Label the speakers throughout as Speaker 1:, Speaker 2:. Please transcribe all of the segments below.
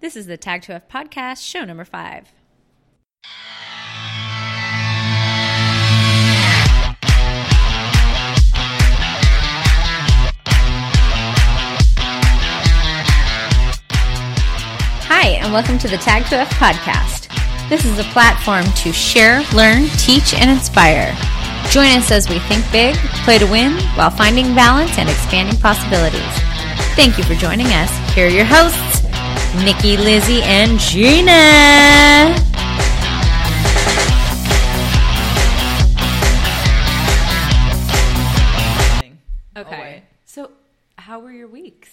Speaker 1: This is the Tag2F podcast, show number five. Hi, and welcome to the Tag2F podcast. This is a platform to share, learn, teach, and inspire. Join us as we think big, play to win, while finding balance and expanding possibilities. Thank you for joining us. Here are your hosts, Nikki, Lizzie, and Gina.
Speaker 2: Okay.
Speaker 3: So, how were your weeks?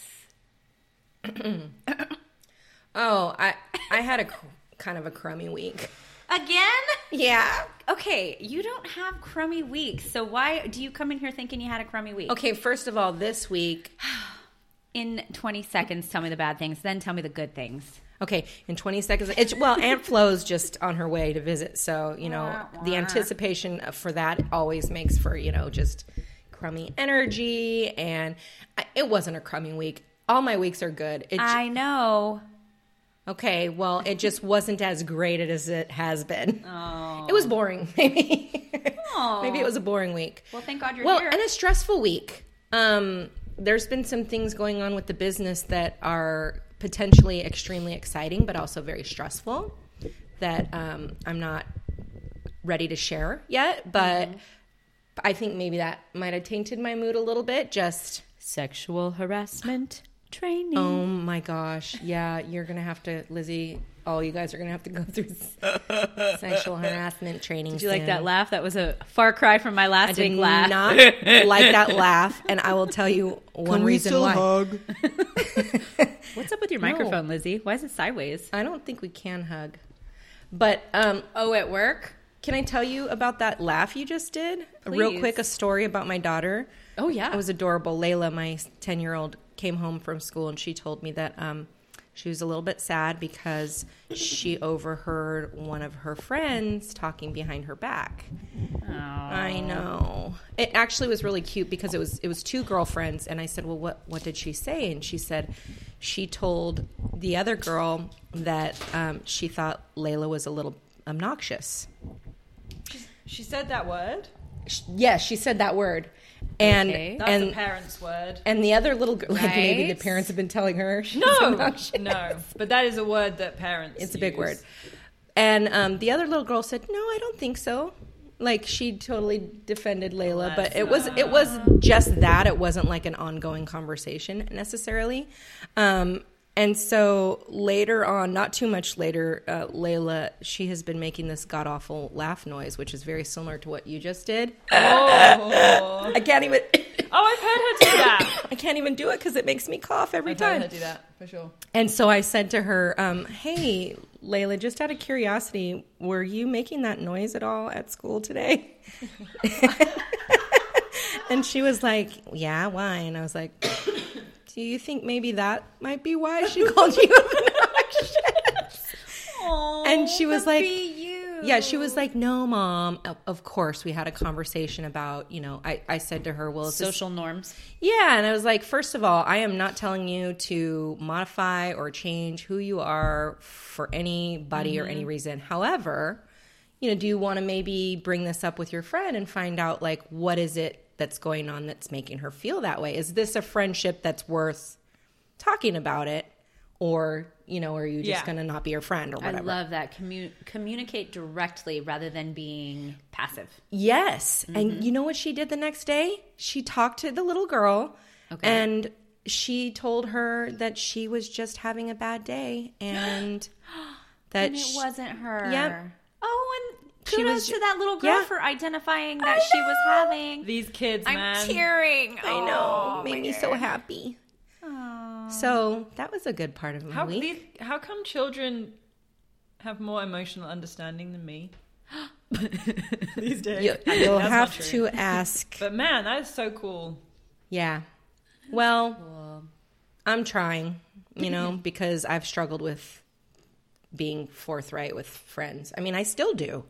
Speaker 2: Oh, I I had a cr- kind of a crummy week.
Speaker 3: Again?
Speaker 2: Yeah.
Speaker 3: Okay, you don't have crummy weeks. So, why do you come in here thinking you had a crummy week?
Speaker 2: Okay, first of all, this week,
Speaker 3: In 20 seconds, tell me the bad things, then tell me the good things.
Speaker 2: okay, in 20 seconds, it's well, Aunt Flo's just on her way to visit, so, you know, the anticipation for that always makes for, you know, just crummy energy and I, it wasn't a crummy week. All my weeks are good. It, ju-
Speaker 3: I know.
Speaker 2: okay, well, it just wasn't as great as it has been. It was boring, maybe. maybe it was a boring week.
Speaker 3: Well, thank God you're
Speaker 2: well
Speaker 3: here.
Speaker 2: and a stressful week um there's been some things going on with the business that are potentially extremely exciting but also very stressful that um i'm not ready to share yet but
Speaker 3: Mm-hmm.
Speaker 2: i think maybe that might have tainted my mood a little bit just
Speaker 1: Sexual harassment training.
Speaker 2: oh my gosh yeah you're gonna have to lizzie all you guys are gonna have to go through s- sexual harassment training
Speaker 3: Did you like that laugh? That was a far cry from my last
Speaker 2: did
Speaker 3: big laugh.
Speaker 2: not like that laugh, and I will tell you one reason why.
Speaker 3: What's up with your microphone, Lizzie? Why is it sideways?
Speaker 2: I don't think we can hug. But um,
Speaker 3: Oh, at work?
Speaker 2: can I tell you about that laugh you just did?
Speaker 3: Please.
Speaker 2: Real quick, a story about my daughter.
Speaker 3: Oh, yeah.
Speaker 2: It was adorable. Layla, my 10 year old, came home from school and she told me that um, she was a little bit sad because she overheard one of her friends talking behind her back. I know. It actually was really cute because it was it was two girlfriends and I said, "Well, what what did she say?" And she said she told the other girl that um, she thought Layla was a little obnoxious.
Speaker 4: She said that word.
Speaker 2: Sh yeah, she said that word. And
Speaker 1: Okay.
Speaker 4: That's
Speaker 2: and
Speaker 4: a parent's word.
Speaker 2: and the other little girl, like maybe
Speaker 1: Right?
Speaker 2: the parents have been telling her. she's
Speaker 4: No,
Speaker 2: obnoxious.
Speaker 4: no. But that is a word that parents.
Speaker 2: It's a big
Speaker 4: use.
Speaker 2: word. And um, the other little girl said, "No, I don't think so." Like she totally defended Layla, but it was it was just that. It wasn't like an ongoing conversation necessarily. Um, and so later on, not too much later, uh, Layla she has been making this god awful laugh noise, which is very similar to what you just did. I can't even
Speaker 4: Oh, I've heard her do that.
Speaker 2: I can't even do it because it makes me cough every
Speaker 4: I've
Speaker 2: time.
Speaker 4: heard her do that for sure.
Speaker 2: And so I said to her, um, "Hey, Layla, just out of curiosity, were you making that noise at all at school today?" and she was like, "Yeah, why?" And I was like, "Do you think maybe that might be why she called you obnoxious?" and she was like, yeah, she was like, "No, mom. Of- Of course, we had a conversation about, you know." I, I said to her, "Well, is this
Speaker 3: Social norms.
Speaker 2: yeah, and I was like, first of all, I am not telling you to modify or change who you are for anybody or any reason. However, you know, do you want to maybe bring this up with your friend and find out like what is it that's going on that's making her feel that way? Is this a friendship that's worth talking about it? Or, you know, are you just
Speaker 4: Yeah.
Speaker 2: gonna not be your friend or whatever?
Speaker 3: I love that. Commu- communicate directly rather than being passive.
Speaker 2: Yes.
Speaker 4: Mm-hmm.
Speaker 2: And you know what she did the next day? She talked to the little girl and she told her that she was just having a bad day and that
Speaker 3: And it
Speaker 2: sh-
Speaker 3: wasn't her.
Speaker 2: Yep.
Speaker 3: Oh, and
Speaker 2: She
Speaker 3: kudos
Speaker 2: was
Speaker 3: to
Speaker 2: ju-
Speaker 3: that little girl
Speaker 2: Yeah.
Speaker 3: for identifying that she was having.
Speaker 4: These kids,
Speaker 3: I'm
Speaker 4: man.
Speaker 3: tearing. Oh.
Speaker 2: I know, made me so happy. So that was a good part of my
Speaker 4: How,
Speaker 2: week.
Speaker 4: these, how come children have more emotional understanding than me? these days.
Speaker 2: You, will
Speaker 4: That's not
Speaker 2: have
Speaker 4: true.
Speaker 2: to ask.
Speaker 4: But man, that is so cool.
Speaker 2: Yeah. Well, I'm trying, you know, because I've struggled with being forthright with friends. I mean, I still do.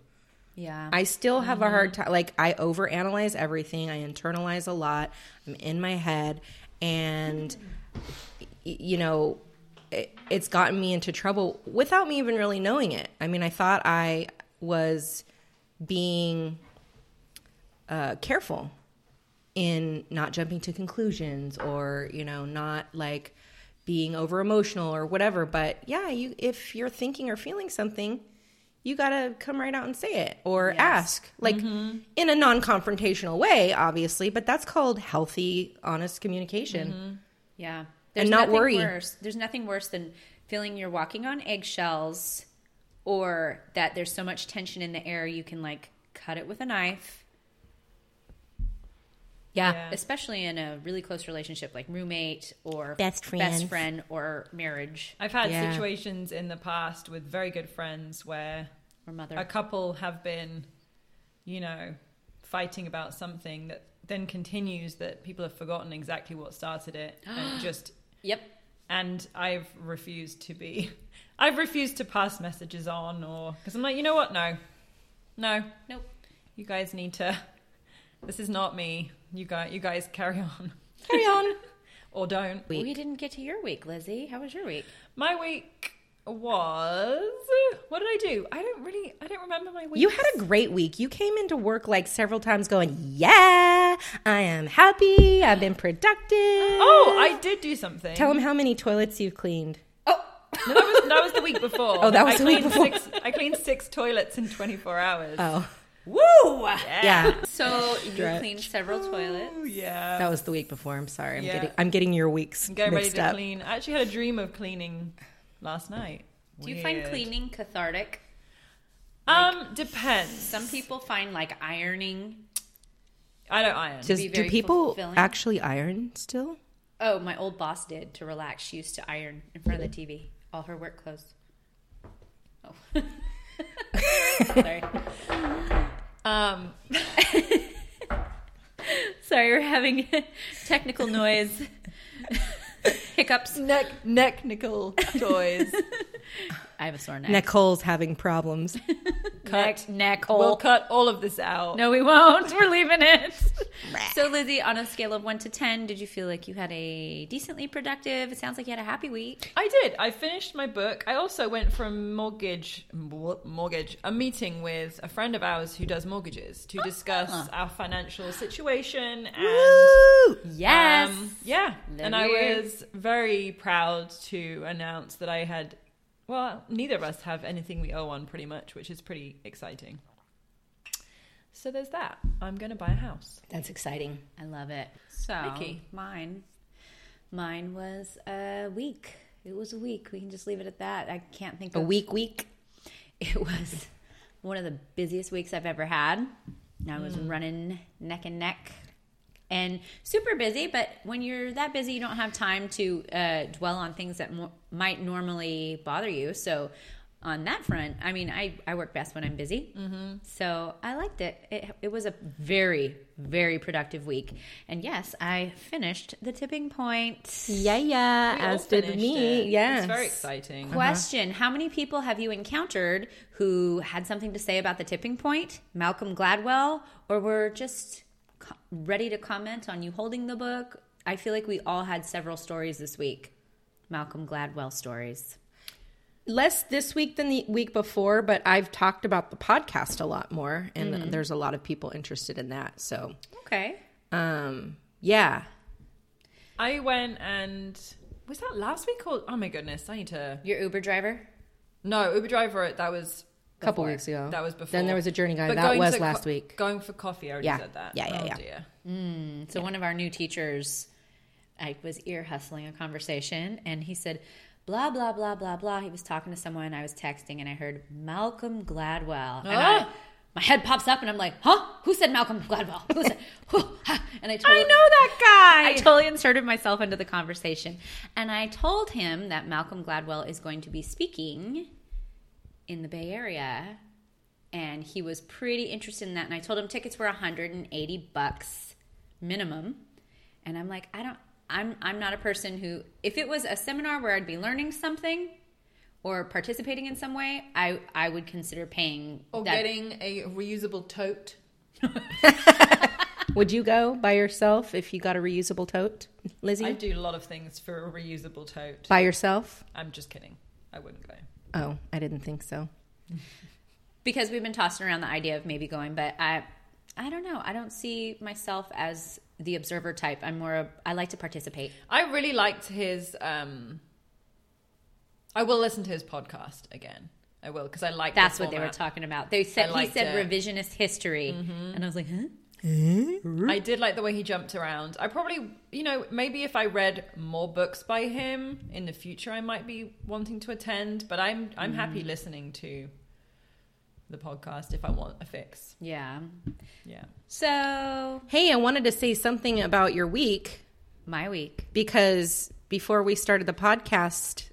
Speaker 3: Yeah.
Speaker 2: I still have a hard time. Like I overanalyze everything. I internalize a lot. I'm in my head, and y- you know, it, it's gotten me into trouble without me even really knowing it. I mean, I thought I was being uh, careful in not jumping to conclusions or you know not like being over emotional or whatever but yeah you if you're thinking or feeling something you got to come right out and say it or ask like
Speaker 4: Mm-hmm.
Speaker 2: in a non-confrontational way obviously but that's called healthy honest communication
Speaker 4: Mm-hmm.
Speaker 3: Yeah.
Speaker 2: not
Speaker 3: nothing
Speaker 2: worry.
Speaker 3: Worse. There's nothing worse than feeling you're walking on eggshells or that there's so much tension in the air you can like cut it with a knife.
Speaker 2: yeah.
Speaker 4: Yeah.
Speaker 3: Especially in a really close relationship like roommate or
Speaker 2: Best friends.
Speaker 3: best friend or marriage
Speaker 4: I've had
Speaker 2: Yeah.
Speaker 4: situations in the past with very good friends where
Speaker 3: or mother.
Speaker 4: a couple have been, you know, fighting about something that then continues that people have forgotten exactly what started it and it just
Speaker 3: yep.
Speaker 4: and I've refused to be I've refused to pass messages on or cuz I'm like, you know what? No. No.
Speaker 3: Nope.
Speaker 4: You guys need to This is not me. You guys you guys carry on
Speaker 3: Carry on.
Speaker 4: or don't.
Speaker 3: We didn't get to your week, Lizzie. How was your week?
Speaker 4: My week was what did I do? I don't really I don't remember my week.
Speaker 2: You had a great week. You came into work like several times going, Yeah, I am happy. I've been productive.
Speaker 4: Oh, I did do something.
Speaker 2: Tell them how many toilets you've cleaned.
Speaker 4: No, that was that was the week before.
Speaker 2: Oh, that was
Speaker 4: I
Speaker 2: the week
Speaker 4: cleaned Six, I cleaned six toilets in 24 hours.
Speaker 2: Oh,
Speaker 3: Woo!
Speaker 2: yeah.
Speaker 3: So you
Speaker 2: Stretch.
Speaker 3: cleaned several toilets.
Speaker 4: Ooh, yeah.
Speaker 2: That was the week before. I'm sorry. I'm,
Speaker 4: Yeah.
Speaker 2: getting, I'm getting your weeks
Speaker 4: I'm getting ready
Speaker 2: mixed
Speaker 4: to
Speaker 2: up.
Speaker 4: clean. I actually had a dream of cleaning last night.
Speaker 3: Do you find
Speaker 4: Weird.
Speaker 3: cleaning cathartic?
Speaker 4: Um, depends.
Speaker 3: Some people find like ironing.
Speaker 4: I don't iron.
Speaker 2: Does,
Speaker 3: be
Speaker 2: do
Speaker 3: very
Speaker 2: people
Speaker 3: fulfilling.
Speaker 2: actually iron still?
Speaker 3: Oh, my old boss did to relax. She used to iron in front of the TV all her work clothes. Oh. Sorry.
Speaker 4: um,
Speaker 3: Sorry, we're having technical noise. Hiccups.
Speaker 4: neck neck nickel toys.
Speaker 3: I have a sore neck.
Speaker 2: Nicole's having problems.
Speaker 3: Neck,
Speaker 4: cut.
Speaker 3: neck
Speaker 4: We'll
Speaker 3: hole.
Speaker 4: cut all of this out.
Speaker 3: no, we won't. We're leaving it. so, Lizzie, on a scale of one to ten, did you feel like you had a decently productive? It sounds like you had a happy week.
Speaker 4: I did. I finished my book. I also went for a mortgage mortgage a meeting with a friend of ours who does mortgages to discuss
Speaker 3: Ah.
Speaker 4: our financial situation and
Speaker 2: Woo!
Speaker 3: Yes.
Speaker 4: Um, yeah. And I
Speaker 3: Lovely.
Speaker 4: was very proud to announce that I had, well, neither of us have anything we owe on pretty much, which is pretty exciting. So there's that. I'm going to buy a house.
Speaker 2: That's exciting.
Speaker 3: I love it. So
Speaker 4: Nikki.
Speaker 3: mine, mine was a week. It was a week. We can just leave it at that. I can't think
Speaker 2: A
Speaker 3: of
Speaker 2: week, week.
Speaker 3: It was one of the busiest weeks I've ever had. And I was running neck and neck and super busy. But when you're that busy, you don't have time to uh, dwell on things that mo- might normally bother you. So on that front, I mean, I, I work best when I'm busy. Mm-hmm. So I liked it. it. It was a very, very productive week. And yes, I finished the tipping point.
Speaker 2: Yeah, yeah.
Speaker 4: We all
Speaker 2: as did
Speaker 4: finished
Speaker 2: me.
Speaker 4: it.
Speaker 2: Yes.
Speaker 4: It's very exciting.
Speaker 3: Question How many people have you encountered who had something to say about the tipping point, Malcolm Gladwell, or were just co- ready to comment on you holding the book? I feel like we all had several stories this week. Malcolm Gladwell stories.
Speaker 2: less this week than the week before, but I've talked about the podcast a lot more, and
Speaker 4: Mm.
Speaker 2: there's a lot of people interested in that. So,
Speaker 3: Okay.
Speaker 2: um, yeah,
Speaker 4: I went and. Was that last week or. Oh my goodness, I need to.
Speaker 3: Your Uber driver?
Speaker 4: No, Uber Driver, that was.
Speaker 2: a couple
Speaker 3: Before.
Speaker 2: weeks ago.
Speaker 4: That was before.
Speaker 2: Then there was a journey guide.
Speaker 4: But
Speaker 2: that
Speaker 4: going
Speaker 2: was
Speaker 4: to
Speaker 2: last
Speaker 4: co-
Speaker 2: week.
Speaker 4: Going for coffee, I already
Speaker 2: Yeah.
Speaker 4: said that.
Speaker 2: Yeah, yeah,
Speaker 4: oh,
Speaker 2: yeah.
Speaker 4: Dear.
Speaker 3: So one of our new teachers, I was ear hustling a conversation, and he said, "Blah blah blah blah blah." He was talking to someone. I was texting, and I heard Malcolm Gladwell. And I,
Speaker 4: Ah!
Speaker 3: my head pops up, and I'm like, "Huh? Who said Malcolm Gladwell? Who said?" Who? Huh?" And I, told,
Speaker 4: I know that guy!
Speaker 3: I totally inserted myself into the conversation, and I told him that Malcolm Gladwell is going to be speaking in the Bay Area, and he was pretty interested in that. And I told him tickets were 180 bucks minimum, and I'm like, I don't, I'm, I'm not a person who, if it was a seminar where I'd be learning something or participating in some way, I, I would consider paying
Speaker 4: Or
Speaker 3: that-
Speaker 4: getting a reusable tote.
Speaker 2: Would you go by yourself if you got a reusable tote, Lizzie?
Speaker 4: I do a lot of things for a reusable tote.
Speaker 2: By yourself?
Speaker 4: I'm just kidding. I wouldn't go.
Speaker 2: Oh, I didn't think so.
Speaker 3: because we've been tossing around the idea of maybe going, but I, I don't know. I don't see myself as the observer type. I'm more. of- I like to participate.
Speaker 4: I really liked his. um I will listen to his podcast again. I will because I like. the
Speaker 3: That's what they were
Speaker 4: format.
Speaker 3: talking about. They said
Speaker 4: I
Speaker 3: he
Speaker 4: liked
Speaker 3: said
Speaker 4: it. Mm-hmm.
Speaker 3: revisionist history, and I was like, huh?
Speaker 4: I did like the way he jumped around. I probably, you know, maybe if I read more books by him in the future, I might be wanting to attend. But I'm I'm
Speaker 3: Mm.
Speaker 4: happy listening to the podcast if I want a fix.
Speaker 3: Yeah.
Speaker 4: Yeah.
Speaker 3: So
Speaker 2: Hey, I wanted to say something about your week
Speaker 3: my week.
Speaker 2: because before we started the podcast,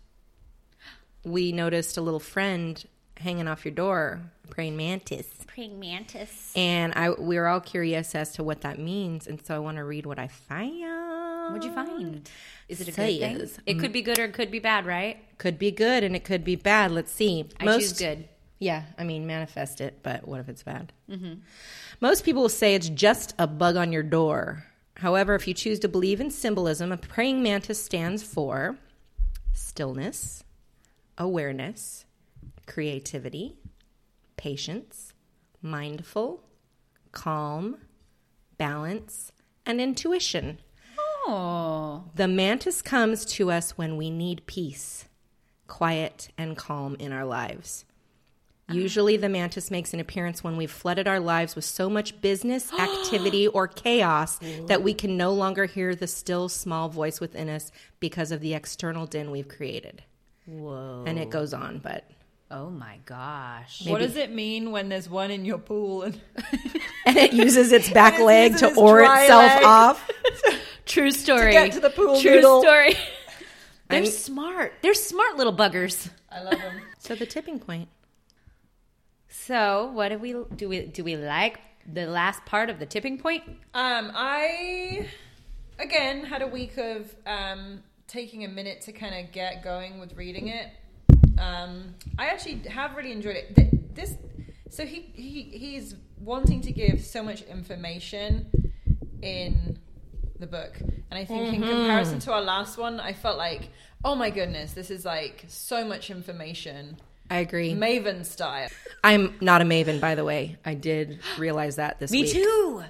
Speaker 2: we noticed a little friend hanging off your door, praying mantis.
Speaker 3: Praying mantis.
Speaker 2: And I we were all curious as to what that means, and so I want to read what I found.
Speaker 3: What'd you find? Is it a
Speaker 2: Say
Speaker 3: good thing?
Speaker 2: is-
Speaker 3: It could be good or it could be bad, right?
Speaker 2: Could be good and it could be bad. Let's see.
Speaker 3: I choose good.
Speaker 2: Yeah, I mean, manifest it, but what if it's bad? Most people will say it's just a bug on your door. However, if you choose to believe in symbolism, a praying mantis stands for stillness, awareness, creativity, patience, mindful, calm, balance, and intuition.
Speaker 3: Oh,
Speaker 2: The mantis comes to us when we need peace, quiet, and calm in our lives. Usually, the mantis makes an appearance when we've flooded our lives with so much business, activity, or chaos that we can no longer hear the still small voice within us because of the external din we've created.
Speaker 3: whoa!
Speaker 2: And it goes on, but
Speaker 3: Oh my gosh!
Speaker 4: What does it mean when there's one in your pool and
Speaker 2: and it uses its back
Speaker 4: It
Speaker 2: leg
Speaker 4: uses
Speaker 2: to
Speaker 4: its
Speaker 2: oar
Speaker 4: dry
Speaker 2: itself
Speaker 4: leg.
Speaker 2: off.
Speaker 3: True story.
Speaker 4: get to the pool
Speaker 3: True
Speaker 4: noodle?
Speaker 3: story. They're
Speaker 2: I'm-
Speaker 3: smart. They're smart little buggers.
Speaker 4: I love them.
Speaker 2: So the tipping point.
Speaker 3: So, what do we do? We do we like the last part of the tipping point?
Speaker 4: Um, I again had a week of um, taking a minute to kind of get going with reading it. Um, I actually have really enjoyed it. Th- This, so he he he's wanting to give so much information in the book, and I think in comparison to our last one, I felt like, oh my goodness, this is like so much information,
Speaker 2: I agree.
Speaker 4: Maven style.
Speaker 2: I'm not a maven, by the way. I did realize that this
Speaker 3: Me
Speaker 2: week.
Speaker 3: too.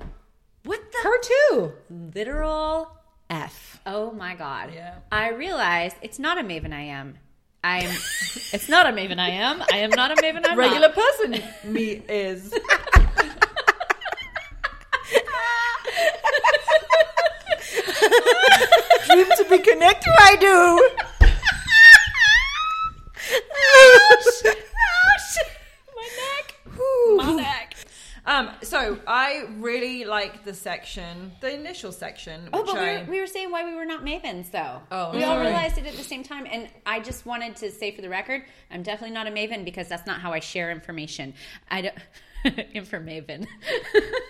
Speaker 3: What the
Speaker 2: Her too.
Speaker 3: literal?
Speaker 2: F.
Speaker 3: Oh my god!
Speaker 4: Yeah.
Speaker 3: I realized it's not a maven. I am. I am. it's not a maven. I am. I am not a maven. I'm
Speaker 4: Regular
Speaker 3: Not.
Speaker 4: person me is.
Speaker 2: Dream to be connected, I do.
Speaker 4: My neck. Um, so I really like the section, the initial section. Which
Speaker 3: Oh, but we
Speaker 4: I,
Speaker 3: were, we were saying why we were not mavens, though.
Speaker 4: Oh,
Speaker 3: we all
Speaker 4: sorry.
Speaker 3: realized it at the same time, and I just wanted to say for the record, I'm definitely not a maven because that's not how I share information. I don't informaven.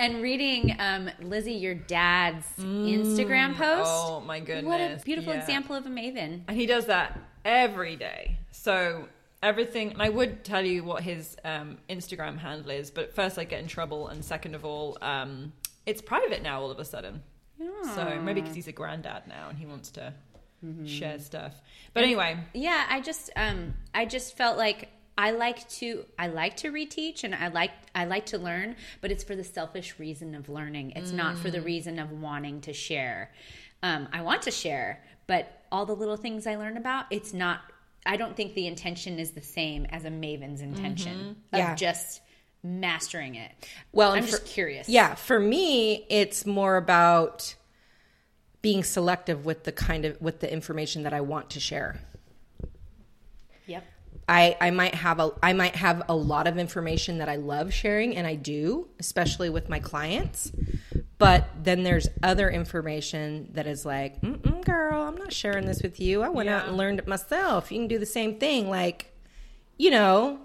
Speaker 3: and reading um, Lizzie, your dad's Instagram post.
Speaker 4: Mm. oh my goodness!
Speaker 3: What a beautiful
Speaker 4: yeah.
Speaker 3: example of a maven.
Speaker 4: And he does that every day. So everything. And I would tell you what his um, Instagram handle is, but first I get in trouble, and second of all, um, it's private now. All of a sudden. So maybe because he's a granddad now and he wants to
Speaker 3: Mm-hmm.
Speaker 4: share stuff. But anyway,
Speaker 3: yeah i just um i just felt like i like to i like to reteach and i like i like to learn but it's for the selfish reason of learning it's not for the reason of wanting to share um i want to share but all the little things i learn about it's not i don't think the intention is the same as a maven's intention of
Speaker 2: Yeah.
Speaker 3: just mastering it
Speaker 2: Well,
Speaker 3: i'm
Speaker 2: and
Speaker 3: just
Speaker 2: for-
Speaker 3: curious
Speaker 2: Yeah, for me, it's more about being selective with the kind of with the information that I want to share.
Speaker 3: yep
Speaker 2: I, I might have a I might have a lot of information that I love sharing and I do, especially with my clients. But then there's other information that is like, Mm-mm, girl, I'm not sharing this with you. I went out
Speaker 4: Yeah.
Speaker 2: and learned it myself. You can do the same thing, like, you know.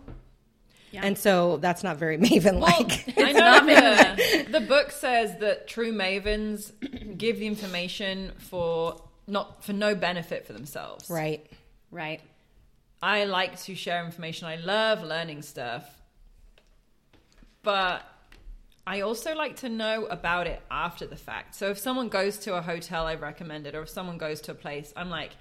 Speaker 2: And so that's not very maven like.
Speaker 4: I know the, the book says that true mavens give the information for not for no benefit for themselves.
Speaker 2: right.
Speaker 3: right
Speaker 4: I like to share information. I love learning stuff, but I also like to know about it after the fact. So if someone goes to a hotel I recommend it, or if someone goes to a place, I'm like,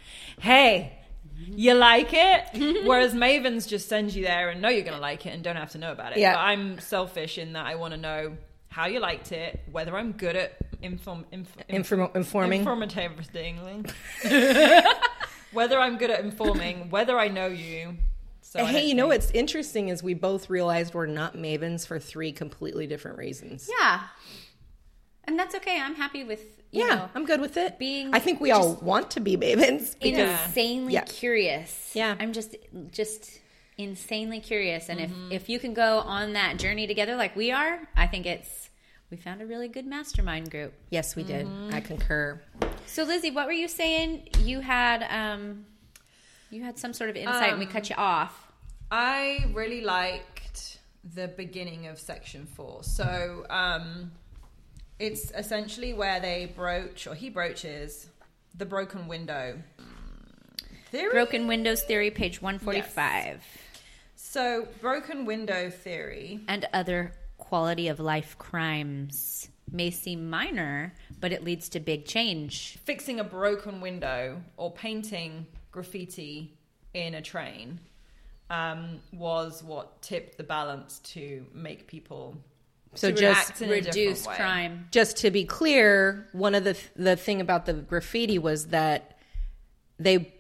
Speaker 4: hey, you like it? Whereas Mavens just send you there and know you're going to like it and don't have to know about it.
Speaker 1: Yeah.
Speaker 4: But I'm selfish in that I want to know how you liked it, whether I'm good at inform, inf-
Speaker 2: Inform- informing.
Speaker 4: informative thing, whether I'm good at informing, whether I know you. So I
Speaker 2: hey,
Speaker 4: don't
Speaker 2: you know
Speaker 4: think-
Speaker 2: what's interesting is we both realized we're not mavens for three completely different reasons.
Speaker 3: Yeah. And that's okay. I'm happy with you
Speaker 2: Yeah,
Speaker 3: know
Speaker 2: I'm good with it.
Speaker 3: being
Speaker 2: I think we all want to be mavens.
Speaker 4: Yeah.
Speaker 3: insanely
Speaker 2: Yeah.
Speaker 3: curious.
Speaker 2: Yeah.
Speaker 3: I'm just just insanely curious. And if if you can go on that journey together like we are, I think it's we found a really good mastermind group.
Speaker 2: Yes, we did. I concur.
Speaker 3: So Lizzie, what were you saying? You had um you had some sort of insight and we cut you off.
Speaker 4: I really liked the beginning of section four. So um, it's essentially where they broach, or he broaches, the broken window theory.
Speaker 3: Broken Windows Theory, page 145,
Speaker 4: so, broken window theory.
Speaker 3: and other quality of life crimes may seem minor, but it leads to big change.
Speaker 4: fixing a broken window or painting graffiti in a train um, was what tipped the balance to make people
Speaker 2: So
Speaker 4: to
Speaker 2: just
Speaker 4: act in a different
Speaker 3: Reduce
Speaker 4: way.
Speaker 3: crime.
Speaker 2: Just to be clear, one of the the thing about the graffiti was that they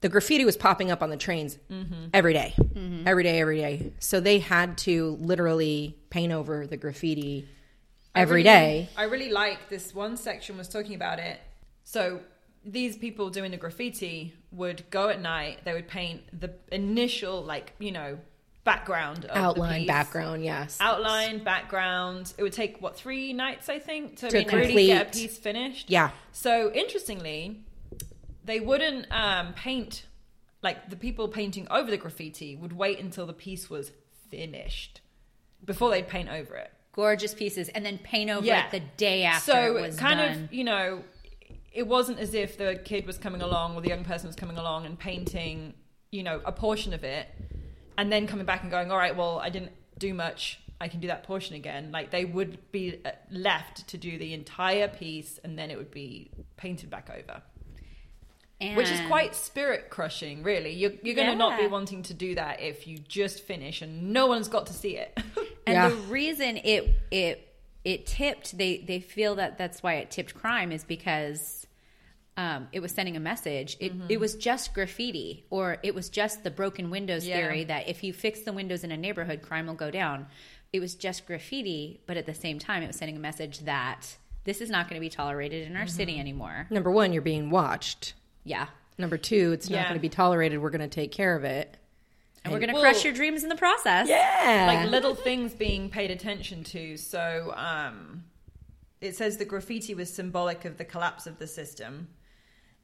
Speaker 2: the graffiti was popping up on the trains every day. every day, every day. So they had to literally paint over the graffiti every
Speaker 4: I
Speaker 2: day.
Speaker 4: really- I really like this one section was talking about it. So these people doing the graffiti would go at night. They would paint the initial, like you know, background of the
Speaker 2: outline
Speaker 4: piece.
Speaker 2: background. Yes,
Speaker 4: outline, background. It would take what three nights, I think, to,
Speaker 2: To
Speaker 4: really get a
Speaker 2: complete.
Speaker 4: piece finished.
Speaker 2: Yeah.
Speaker 4: So interestingly, they wouldn't um, paint like the people painting over the graffiti would wait until the piece was finished before they'd paint over it.
Speaker 3: Gorgeous pieces, and then paint over
Speaker 4: Yeah.
Speaker 3: it the day after
Speaker 4: so
Speaker 3: it was
Speaker 4: kind
Speaker 3: done.
Speaker 4: of you know, it wasn't as if the kid was coming along or the young person was coming along and painting you know a portion of it and then coming back and going, all right, well, I didn't do much. I can do that portion again. Like they would be uh, left to do the entire piece, and then it would be painted back over,
Speaker 3: and
Speaker 4: which is quite spirit crushing, really. You're, you're going to not be
Speaker 3: Yeah.
Speaker 4: wanting to do that if you just finish and no one's got to see it.
Speaker 3: And
Speaker 2: Yeah.
Speaker 3: the reason it it it tipped, they they feel that that's why it tipped crime is because um, it was sending a message. It
Speaker 4: Mm-hmm.
Speaker 3: it was just graffiti, or it was just the broken windows
Speaker 4: Yeah.
Speaker 3: theory that if you fix the windows in a neighborhood, crime will go down. It was just graffiti, but at the same time, it was sending a message that this is not going to be tolerated in our
Speaker 4: Mm-hmm.
Speaker 3: city anymore.
Speaker 2: Number one, you're being watched.
Speaker 3: Yeah,
Speaker 2: Number two, it's not
Speaker 4: Yeah.
Speaker 2: going to be tolerated. We're going to take care of it.
Speaker 3: and, we're going to
Speaker 4: Well-
Speaker 3: crush your dreams in the process.
Speaker 2: Yeah,
Speaker 4: like little things being paid attention to. So um, it says the graffiti was symbolic of the collapse of the system,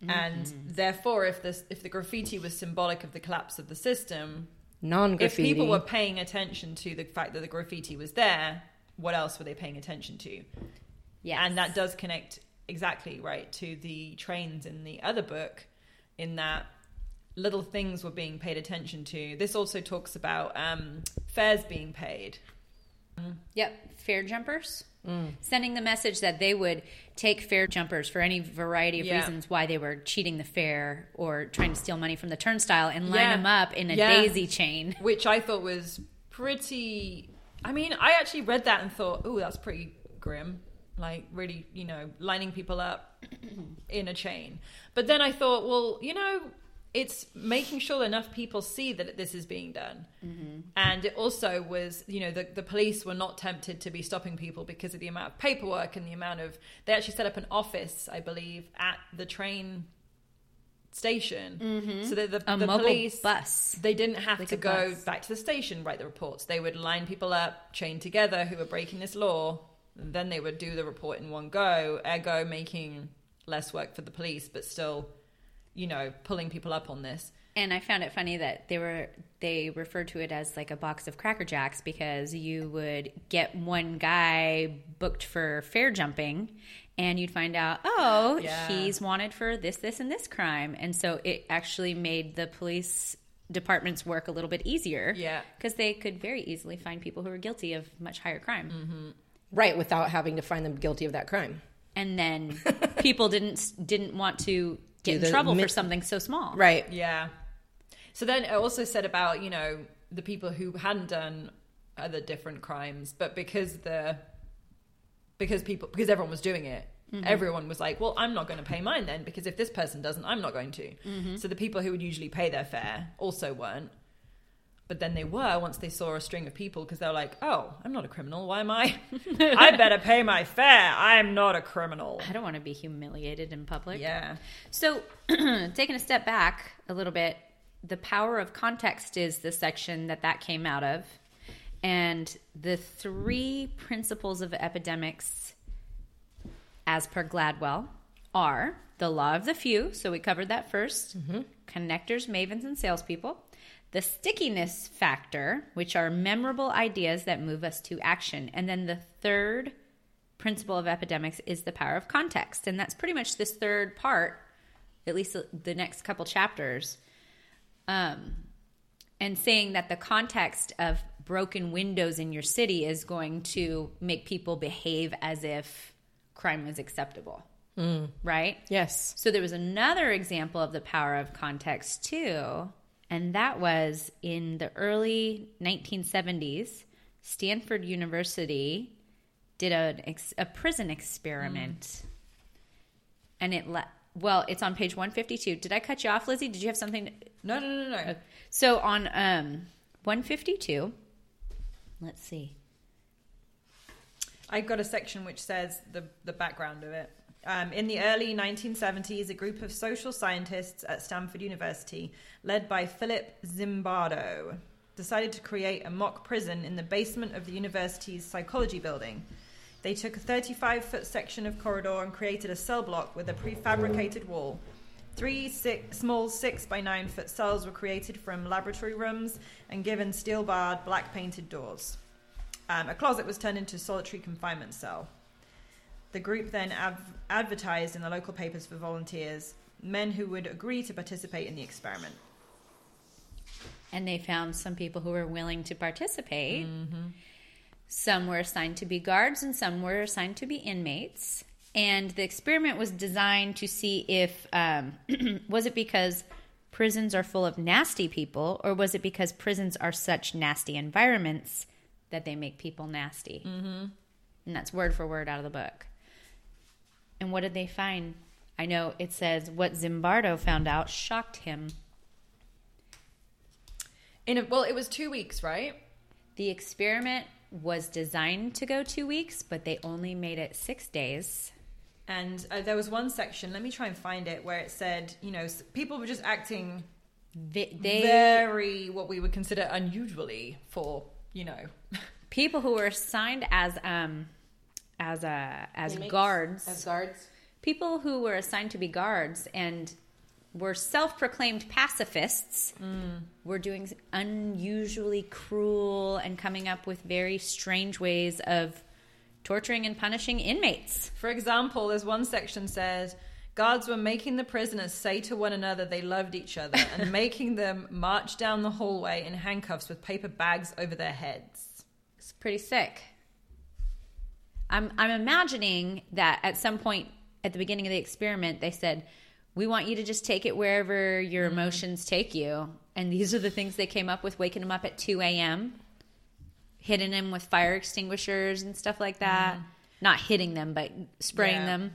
Speaker 4: and therefore, if this if the graffiti was symbolic of the collapse of the system,
Speaker 2: non-graffiti.
Speaker 4: if people were paying attention to the fact that the graffiti was there, what else were they paying attention to?
Speaker 3: Yes.
Speaker 4: And that does connect exactly right to the trains in the other book, in that little things were being paid attention to. This also talks about um, fares being paid.
Speaker 3: Yep, fair jumpers.
Speaker 4: Mm.
Speaker 3: Sending the message that they would take fair jumpers for any variety of
Speaker 4: Yeah.
Speaker 3: reasons why they were cheating the fair or trying to steal money from the turnstile and line
Speaker 4: Yeah.
Speaker 3: them up in a
Speaker 4: Yeah.
Speaker 3: daisy chain.
Speaker 4: which I thought was pretty. I mean, I actually read that and thought, "Ooh, that's pretty grim." Like really, you know, lining people up in a chain. But then I thought, well, you know, it's making sure enough people see that this is being done. And it also was, you know, the, the police were not tempted to be stopping people because of the amount of paperwork and the amount of. They actually set up an office, I believe, at the train station so that the,
Speaker 3: A
Speaker 4: the
Speaker 3: mobile
Speaker 4: police
Speaker 3: bus.
Speaker 4: they didn't have
Speaker 3: Like
Speaker 4: to
Speaker 3: a
Speaker 4: go
Speaker 3: bus.
Speaker 4: back to the station, write the reports. They would line people up, chain together who were breaking this law. Then they would do the report in one go, ergo making less work for the police, but still, you know, pulling people up on this.
Speaker 3: And I found it funny that they were they referred to it as like a box of cracker jacks because you would get one guy booked for fair jumping and you'd find out, oh,
Speaker 4: Yeah.
Speaker 3: he's wanted for this, this, and this crime. And so it actually made the police departments work a little bit easier.
Speaker 4: Yeah.
Speaker 3: Because they could very easily find people who are guilty of much higher crime.
Speaker 2: Right, without having to find them guilty of that crime.
Speaker 3: And then people didn't didn't want to
Speaker 2: Do
Speaker 3: get
Speaker 2: the
Speaker 3: in trouble
Speaker 2: mi-
Speaker 3: for something so small.
Speaker 2: Right.
Speaker 4: Yeah. So then it also said about, you know, the people who hadn't done other different crimes, but because the because people because everyone was doing it, everyone was like, "Well, I'm not going to pay mine then because if this person doesn't, I'm not going to." So the people who would usually pay their fare also weren't. But then they were once they saw a string of people because they were like, "Oh, I'm not a criminal. Why am I? I better pay my fare. I'm not a criminal."
Speaker 3: I don't want to be humiliated in public.
Speaker 4: Yeah.
Speaker 3: So, taking a step back a little bit, the power of context is the section that that came out of. And the three principles of epidemics, as per Gladwell, are the law of the few. So, we covered that 1st connectors, mavens, and salespeople. The stickiness factor, which are memorable ideas that move us to action. And then the third principle of epidemics is the power of context. And that's pretty much this third part at least the next couple chapters, um, and saying that the context of broken windows in your city is going to make people behave as if crime was acceptable, right?
Speaker 2: Yes.
Speaker 3: So there was another example of the power of context too, and that was in the early 1970s. Stanford University did an ex- a prison experiment, and it le- well, it's on page 152. Did I cut you off, Lizzie? Did you have something?
Speaker 4: No, no, no, no. no.
Speaker 3: So on um 152, let's see.
Speaker 4: I've got a section which says the, the background of it. Um, in the early 1970s, a group of social scientists at Stanford University, led by Philip Zimbardo, decided to create a mock prison in the basement of the university's psychology building. They took a 35 foot section of corridor and created a cell block with a prefabricated wall. Three six, small six by nine foot cells were created from laboratory rooms and given steel barred, black painted doors. Um, a closet was turned into a solitary confinement cell. The group then adv- advertised in the local papers for volunteers, men who would agree to participate in the experiment.
Speaker 3: and they found some people who were willing to participate. Some were assigned to be guards, and some were assigned to be inmates. And the experiment was designed to see if um, was it because prisons are full of nasty people, or was it because prisons are such nasty environments that they make people nasty? Mm-hmm. And that's word for word out of the book. And what did they find? I know it says what Zimbardo found out shocked him.
Speaker 4: In a, well, it was two weeks, right?
Speaker 3: The experiment was designed to go two weeks, but they only made it six days.
Speaker 4: And uh, there was one section. Let me try and find it where it said, you know, s- people were just acting
Speaker 3: They, they
Speaker 4: very what we would consider unusually for, you know,
Speaker 3: people who were assigned as um as uh, as guards,
Speaker 2: As guards.
Speaker 3: people who were assigned to be guards and were self-proclaimed pacifists were doing unusually cruel and coming up with very strange ways of torturing and punishing inmates.
Speaker 4: For example, there's one section says guards were making the prisoners say to one another they loved each other and making them march down the hallway in handcuffs with paper bags over their heads.
Speaker 3: It's pretty sick. I'm I'm imagining that at some point at the beginning of the experiment they said, "We want you to just take it wherever your emotions take you." And these are the things they came up with: waking him up at 2 a.m., hitting him with fire extinguishers and stuff like that. Not hitting them, but spraying
Speaker 4: Yeah.
Speaker 3: them.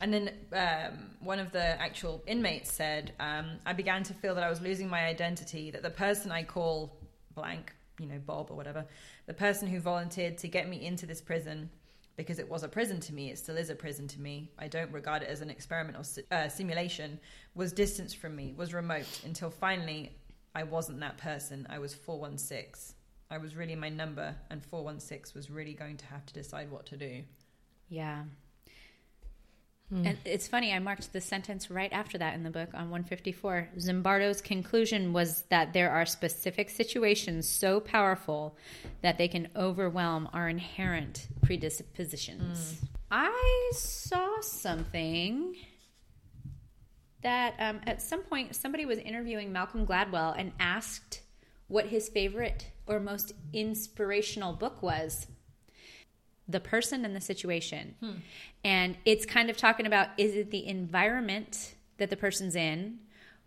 Speaker 4: And then um, one of the actual inmates said, um, I began to feel that I was losing my identity, that the person I call blank, you know, Bob or whatever, the person who volunteered to get me into this prison, because it was a prison to me, it still is a prison to me, I don't regard it as an experiment or si- uh, simulation, was distanced from me, was remote, until finally I wasn't that person. I was 416. I was really my number, and 416 was really going to have to decide what to do.
Speaker 3: Yeah. And it's funny, I marked the sentence right after that in the book on 154. Zimbardo's conclusion was that there are specific situations so powerful that they can overwhelm our inherent predispositions. I saw something that um, at some point somebody was interviewing Malcolm Gladwell and asked what his favorite or most inspirational book was. The person and the situation. And it's kind of talking about is it the environment that the person's in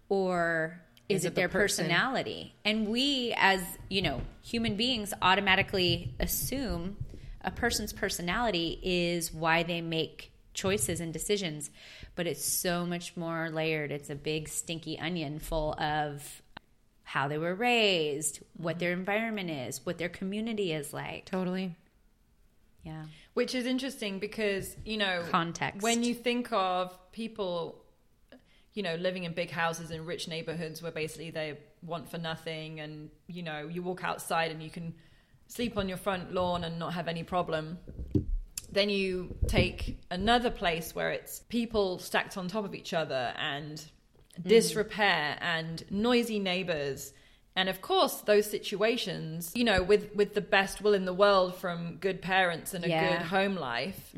Speaker 3: or is, it,
Speaker 2: it the
Speaker 3: their
Speaker 2: person?
Speaker 3: personality? And we as, you know, human beings automatically assume a person's personality is why they make choices and decisions, but it's so much more layered. It's a big stinky onion full of how they were raised, what their environment is, what their community is like.
Speaker 2: Totally.
Speaker 3: Yeah.
Speaker 4: Which is interesting because, you know,
Speaker 3: Context.
Speaker 4: When you think of people, you know, living in big houses in rich neighborhoods where basically they want for nothing and, you know, you walk outside and you can sleep on your front lawn and not have any problem. Then you take another place where it's people stacked on top of each other and
Speaker 3: Mm.
Speaker 4: disrepair and noisy neighbors and of course those situations you know with with the best will in the world from good parents and a
Speaker 3: Yeah.
Speaker 4: good home life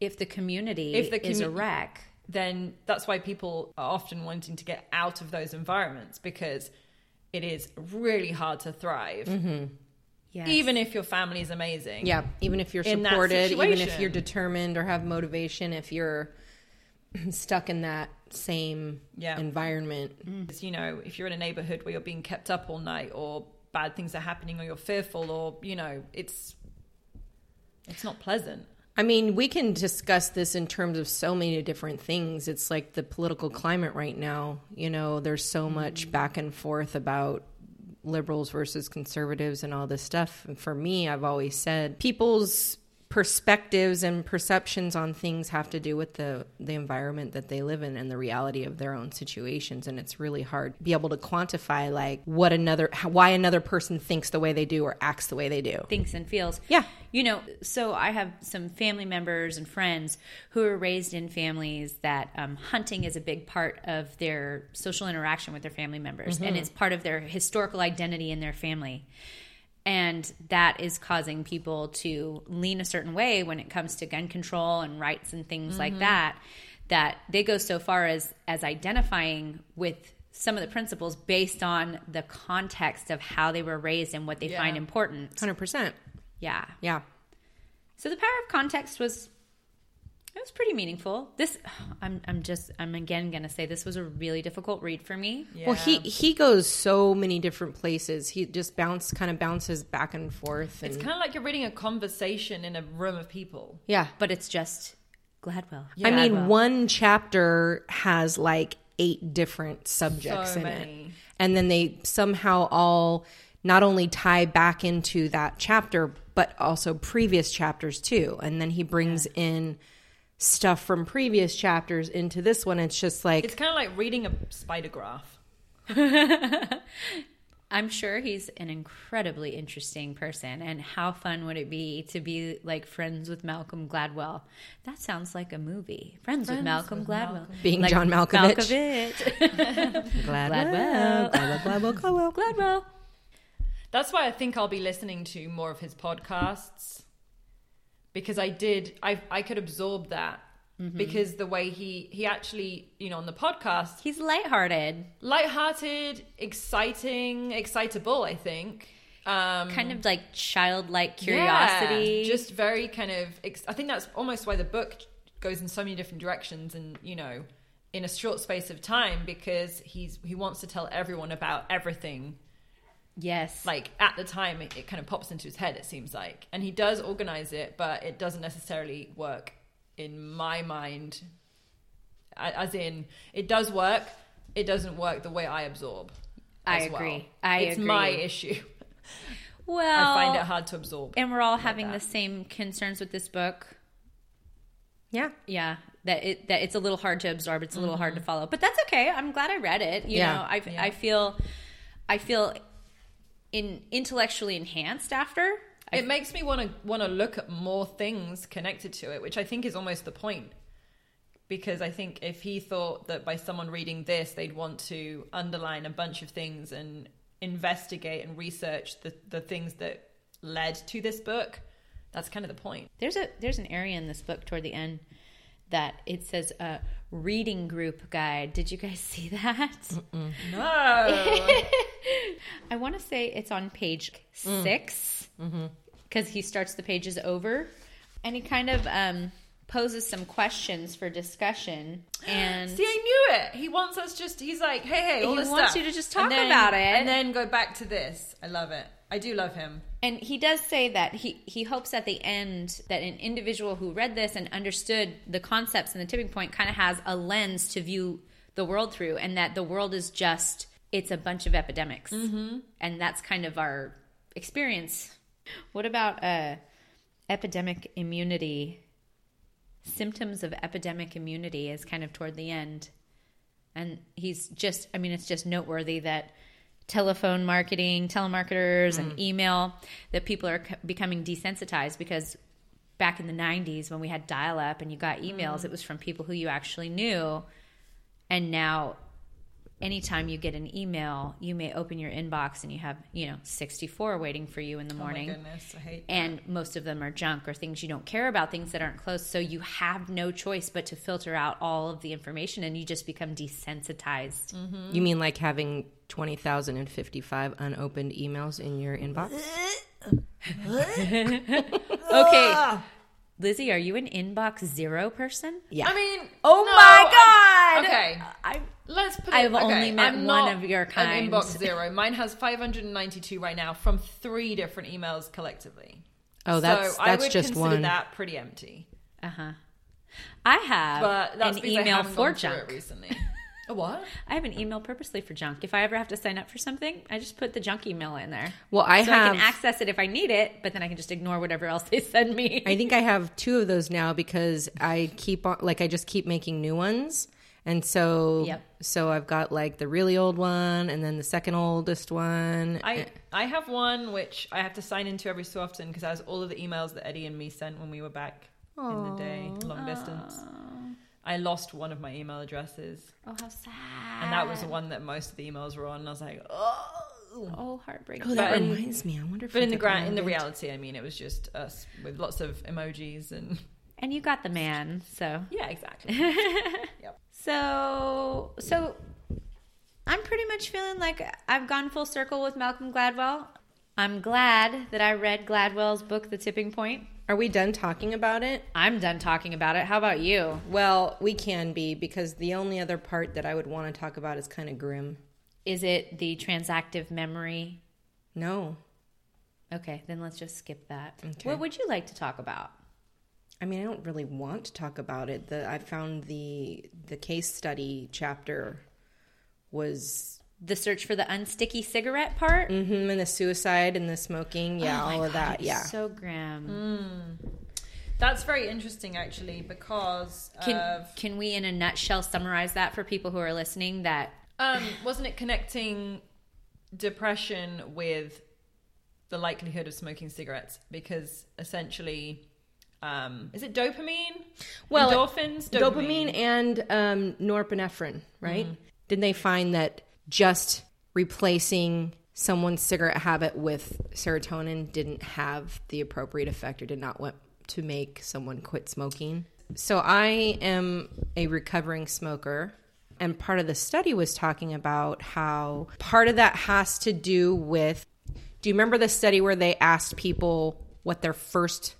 Speaker 3: If the community
Speaker 4: If the
Speaker 3: is a
Speaker 4: commu-
Speaker 3: wreck,
Speaker 4: then that's why people are often wanting to get out of those environments because it is really hard to thrive
Speaker 3: yeah.
Speaker 4: even if your family is amazing
Speaker 2: Mm-hmm. Yeah, even if you're
Speaker 4: In that
Speaker 2: supported, even if
Speaker 4: situation.
Speaker 2: you're determined or have motivation, if you're stuck in that same
Speaker 4: Yeah. Mm.
Speaker 2: environment,
Speaker 4: 'Cause, you know if you're in a neighborhood where you're being kept up all night or bad things are happening or you're fearful or you know it's it's not pleasant
Speaker 2: I mean, we can discuss this in terms of so many different things. It's like the political climate right now. You know, there's so much back and forth about liberals versus conservatives and all this stuff. And for me, I've always said people's perspectives and perceptions on things have to do with the the environment that they live in and the reality of their own situations and it's really hard to be able to quantify like what another how- why another person thinks the way they do or acts the way they do.
Speaker 3: thinks and feels.
Speaker 2: Yeah.
Speaker 3: You know, so I have some family members and friends who are raised in families that um, hunting is a big part of their social interaction with their family members and it's part of their historical identity in their family. And that is causing people to lean a certain way when it comes to gun control and rights and things like that. That they go so far as as identifying with some of the principles based on the context of how they were raised and what they
Speaker 4: Yeah.
Speaker 3: find important.
Speaker 2: 100%.
Speaker 3: Yeah.
Speaker 2: Yeah.
Speaker 3: So the power of context was it was pretty meaningful. This I'm I'm just I'm again going to say this was a really difficult read for me.
Speaker 4: yeah.
Speaker 2: Well, he he goes so many different places. He just bounce kind of bounces back and forth. And,
Speaker 4: it's kind of like you're reading a conversation in a room of people
Speaker 2: yeah.
Speaker 3: But it's just Gladwell.
Speaker 2: I mean,
Speaker 3: Gladwell.
Speaker 2: one chapter has like eight different subjects
Speaker 4: So
Speaker 2: in it,
Speaker 4: many.
Speaker 2: and then they somehow all not only tie back into that chapter, but also previous chapters too. And then he brings in stuff from previous chapters into this one. It's just like
Speaker 4: It's kind of like reading a spider graph.
Speaker 3: I'm sure he's an incredibly interesting person and how fun would it be to be like friends with Malcolm Gladwell? That sounds like a movie. Friends, with Malcolm Gladwell.
Speaker 2: being
Speaker 3: Like
Speaker 2: John Malkovich.
Speaker 3: Malkovich. Gladwell.
Speaker 2: Gladwell, Gladwell, Gladwell.
Speaker 3: Gladwell.
Speaker 4: That's why I think I'll be listening to more of his podcasts because I did I I could absorb that
Speaker 3: Mm-hmm.
Speaker 4: because the way he he actually, you know, on the podcast,
Speaker 3: He's lighthearted.
Speaker 4: lighthearted, exciting, excitable, I think. Um
Speaker 3: Kind of like childlike curiosity.
Speaker 4: Yeah, just very kind of ex- I think that's almost why the book goes in so many different directions and, you know, in a short space of time because he's he wants to tell everyone about everything
Speaker 3: yes.
Speaker 4: like at the time it, it kind of pops into his head it seems like and he does organize it but it doesn't necessarily work in my mind A- as in it does work it doesn't work the way i absorb
Speaker 3: I
Speaker 4: as well.
Speaker 3: agree. I
Speaker 4: it's my
Speaker 3: agree.
Speaker 4: issue
Speaker 3: Well,
Speaker 4: i find it hard to absorb
Speaker 3: and we're all having
Speaker 4: that.
Speaker 3: the same concerns with this book.
Speaker 2: Yeah.
Speaker 3: Yeah, that it that it's a little hard to absorb. It's a little hard to
Speaker 4: Mm-hmm.
Speaker 3: follow, but that's okay. I'm glad I read it. You
Speaker 2: Yeah.
Speaker 3: know, I I feel I feel in intellectually enhanced after. I,
Speaker 4: it makes me want to want to look at more things connected to it which i think is almost the point because i think if he thought that by someone reading this they'd want to underline a bunch of things and investigate and research the, the things that led to this book that's kind of the point
Speaker 3: there's a there's an area in this book toward the end that it says uh, reading group guide. Did you guys see that?
Speaker 4: No.
Speaker 3: I want to say it's on page six because he starts the pages over and he kind of um, poses some questions for discussion. And
Speaker 4: See, I knew it. He wants us just. He's like, hey, hey, all
Speaker 3: He
Speaker 4: this
Speaker 3: wants
Speaker 4: stuff.
Speaker 3: you to just
Speaker 4: And
Speaker 3: talk about it.
Speaker 4: and then go back to this. I love it. I do love him.
Speaker 3: And he does say that he, he hopes at the end that an individual who read this and understood the concepts and the tipping point kind of has a lens to view the world through, and that the world is just it's a bunch of epidemics, and that's kind of our experience. What about uh, epidemic immunity? Symptoms of epidemic immunity is kind of toward the end, and he's just I mean it's just noteworthy that telephone marketing, telemarketers,
Speaker 4: Mm.
Speaker 3: and email that people are c- becoming desensitized because back in the 90s when we had dial up and you got emails,
Speaker 4: Mm.
Speaker 3: it was from people who you actually knew. And now, anytime you get an email, you may open your inbox and you have, you know, 64 waiting for you in the morning.
Speaker 4: Oh my goodness, I hate.
Speaker 3: and most of them are junk or things you don't care about, things that aren't close. So you have no choice but to filter out all of the information and you just become desensitized.
Speaker 4: Mm.
Speaker 2: You mean like having 20,055 unopened emails in your inbox?
Speaker 3: Okay. Lizzie, are you an inbox zero person?
Speaker 2: Yeah.
Speaker 4: I mean,
Speaker 3: Oh
Speaker 4: no,
Speaker 3: my
Speaker 4: I'm-
Speaker 3: God!
Speaker 4: okay,
Speaker 3: I
Speaker 4: let's put. It,
Speaker 3: I've
Speaker 4: okay,
Speaker 3: only met
Speaker 4: I'm
Speaker 3: one
Speaker 4: not
Speaker 3: of your
Speaker 4: An
Speaker 3: kind.
Speaker 4: inbox zero. Mine has 592 right now from three different emails collectively.
Speaker 2: oh, that's
Speaker 4: so I
Speaker 2: that's
Speaker 4: would
Speaker 2: just
Speaker 4: consider
Speaker 2: one.
Speaker 4: That pretty empty.
Speaker 3: uh huh. I have
Speaker 4: But that's
Speaker 3: Uh, an
Speaker 4: because I
Speaker 3: email
Speaker 4: haven't
Speaker 3: for
Speaker 4: gone through
Speaker 3: junk.
Speaker 4: it recently. A what?
Speaker 3: I have an email purposely for junk. If I ever have to sign up for something, I just put the junk email in there.
Speaker 2: Well, I
Speaker 3: so I
Speaker 2: have
Speaker 3: can access it if I need it, but then I can just ignore whatever else they send me.
Speaker 2: I think I have two of those now because I keep on like I just keep making new ones. And so
Speaker 3: Yep.
Speaker 2: so I've got like the really old one and then the second oldest one.
Speaker 3: Uh,
Speaker 4: I I have one which I have to sign into every so often because that was all of the emails that Eddie and me sent when we were back in the day, long distance. I lost one of my email addresses,
Speaker 3: oh, how sad!
Speaker 4: and that
Speaker 3: Ah.
Speaker 4: was the one that most of the emails were on. And I was like, oh.
Speaker 3: Oh, heartbreaking.
Speaker 2: oh, that
Speaker 4: but in-
Speaker 2: reminds me. I wonder if
Speaker 4: But
Speaker 2: I
Speaker 4: in the
Speaker 2: could
Speaker 4: grand, in the
Speaker 2: log in.
Speaker 4: reality, I mean, it was just us with lots of emojis and
Speaker 3: and you got the man, so
Speaker 4: yeah, exactly.
Speaker 3: so so. I'm pretty much feeling like I've gone full circle with Malcolm Gladwell. I'm glad that I read Gladwell's book, The Tipping Point.
Speaker 2: Are we done talking about it?
Speaker 3: I'm done talking about it. How about you?
Speaker 2: Well, we can be because the only other part that I would want to talk about is kind of grim.
Speaker 3: Is it the transactive memory?
Speaker 2: No.
Speaker 3: Okay, then let's just skip that.
Speaker 2: Okay.
Speaker 3: What would you like to talk about?
Speaker 2: I mean, I don't really want to talk about it. The I found the the case study chapter was
Speaker 3: The search for the unsticky cigarette part? Oh
Speaker 2: mhm, and the suicide and the smoking, yeah, all of that, yeah. Mm.
Speaker 3: So grim.
Speaker 4: That's very interesting, actually, because
Speaker 3: Can
Speaker 4: of
Speaker 3: can we in a nutshell summarize that for people who are listening that
Speaker 4: Um, wasn't it connecting depression with the likelihood of smoking cigarettes? Because essentially, um, is it dopamine?
Speaker 2: Well,
Speaker 4: endorphins,
Speaker 2: dopamine, and um, norepinephrine, right? Did they find that just replacing someone's cigarette habit with serotonin didn't have the appropriate effect or did not want to make someone quit smoking? So I am a recovering smoker. And part of the study was talking about how part of that has to do with. Do you remember the study where they asked people what their first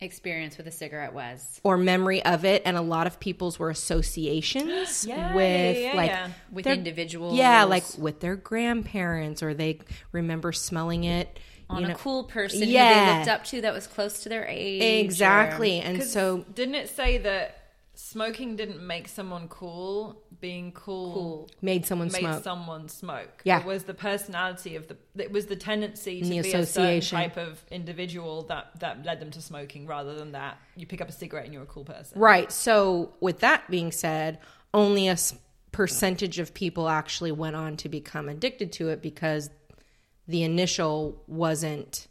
Speaker 3: experience with a cigarette was
Speaker 2: or memory of it and a lot of people's were associations
Speaker 4: Yeah,
Speaker 2: with
Speaker 4: yeah, yeah,
Speaker 2: like
Speaker 4: yeah.
Speaker 3: with
Speaker 2: their-
Speaker 3: individuals?
Speaker 2: yeah like with their grandparents or they remember smelling it
Speaker 3: on
Speaker 2: you
Speaker 3: a
Speaker 2: know.
Speaker 3: cool person who
Speaker 2: yeah.
Speaker 3: they looked up to that was close to their age. or-
Speaker 2: exactly and
Speaker 4: 'Cause
Speaker 2: so
Speaker 4: didn't it say that smoking didn't make someone cool? Being cool,
Speaker 3: Cool.
Speaker 2: made someone
Speaker 4: made
Speaker 2: smoke
Speaker 4: someone smoke.
Speaker 2: Yeah.
Speaker 4: it was the personality of the. It was the tendency to
Speaker 2: the
Speaker 4: be a certain
Speaker 2: association.
Speaker 4: type of individual that that led them to smoking, rather than that you pick up a cigarette and you're a cool person.
Speaker 2: right so with that being said only a s- percentage of people actually went on to become addicted to it because the initial wasn't